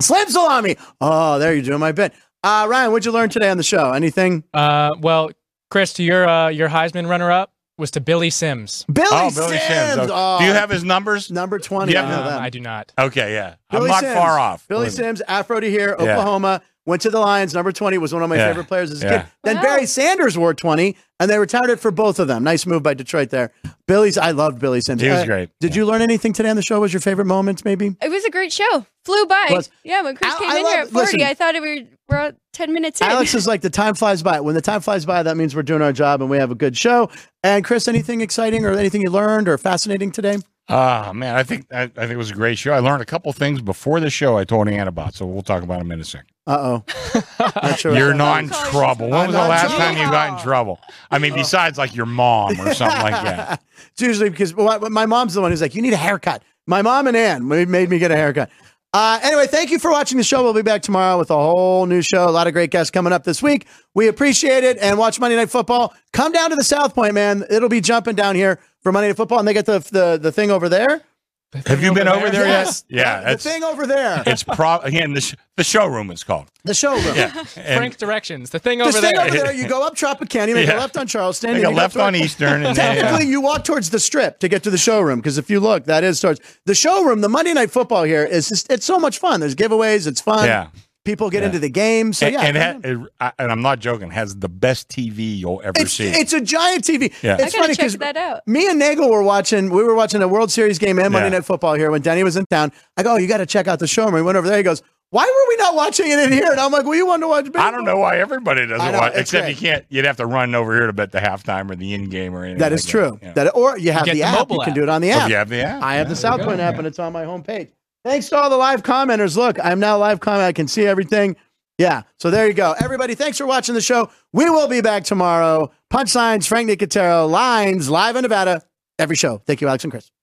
Slim salami. Oh, there you do my bit. Uh, Ryan, what'd you learn today on the show? Anything?
Uh, well, Chris, to your uh, your Heisman runner up was to Billy Sims.
Billy,
oh, Billy Sims. Okay.
Oh,
Do you have his numbers?
number 20?
Yeah.
I know
Um,
that.
I do not.
Okay, yeah.
Billy
I'm not
Sims.
far off.
Billy
Believe me.
Sims, Afro to here,
Yeah.
Oklahoma, went to the Lions. Number 20 was one of my
Yeah.
favorite players as a
Yeah.
kid. Then
Wow.
Barry Sanders wore 20, and they retired it for both of them. Nice move by Detroit there. Billy's, I loved Billy Sims. Uh,
He was great.
Did you learn anything today on the show? Was your favorite moment, maybe?
It was a great show. Flew by.
Was-
yeah, when Chris
I-
came
I
in
love-
here at 40,
listen.
I thought we were, were 10 minutes in.
Alex is like, the time flies by. When the time flies by, that means we're doing our job and we have a good show. And Chris, anything exciting or anything you learned or fascinating today?
Ah, man, I think I, I think it was a great show. I learned a couple things before the show I told Ann about, so we'll talk about them in a second.
Uh oh. Not sure.
You're
what that-
not in trouble. When
I'm
was the
not in
last
trouble.
time you got in trouble? I mean, besides like your mom or something like that.
It's usually because well, I- my mom's the one who's like, you need a haircut. My mom and Ann ma- made me get a haircut. Uh, anyway, thank you for watching the show. We'll be back tomorrow with a whole new show. A lot of great guests coming up this week. We appreciate it. And watch Monday Night Football. Come down to the South Point, man. It'll be jumping down here for Monday Night Football. And they get the the, the thing over there.
The thing
Have you been over there yet?
Yes.
Yeah,
The
it's
thing over there,
it's pro again the sh- the showroom is called.
the showroom.
Yeah, and
Frank directions. The thing
The
over
thing
there.
over there, you go up Tropicana, you make a
Yeah.
left on Charleston,
Take
and
a
you go
left
toward-
on Eastern. And then,
Technically, you walk towards the strip to get to the showroom because if you look, that is towards the showroom. The Monday Night Football here is just, it's so much fun. There's giveaways, it's fun.
yeah.
People get
Yeah.
into the game. So,
And-
yeah.
uh, and,
come
ha-
in.
it- I- and I'm not joking. Has the best TV you'll ever
it's,
see.
it's a giant TV.
Yeah. I
It's
I gotta
funny
check
because
that out.
me and Nagel were watching, we were watching a World Series game and Monday
Yeah.
Night Football here when Denny was in town. I go, oh, you got to check out the showroom. We went over there. He goes, why were we not watching it in here? And I'm like, well, you wanted to watch baseball.
I don't know why everybody
I
doesn't
know,
watch,
it's
except
great.
you can't. You'd have to run over here to bet the halftime or the end game or anything.
That is
like
true.
Yeah.
That or you have
get
the,
the
app.
mobile
You can
app.
do it on the
Oh,
app.
you have the app.
I have the
there you
South
go.
Point app and it's on my homepage. Thanks to all the live commenters. Look, I'm now live comment. I can see everything. Yeah. So there you go. Everybody, thanks for watching the show. We will be back tomorrow. Punch signs, Frank Nicotero, lines, live in Nevada. Every show. Thank you, Alex and Chris.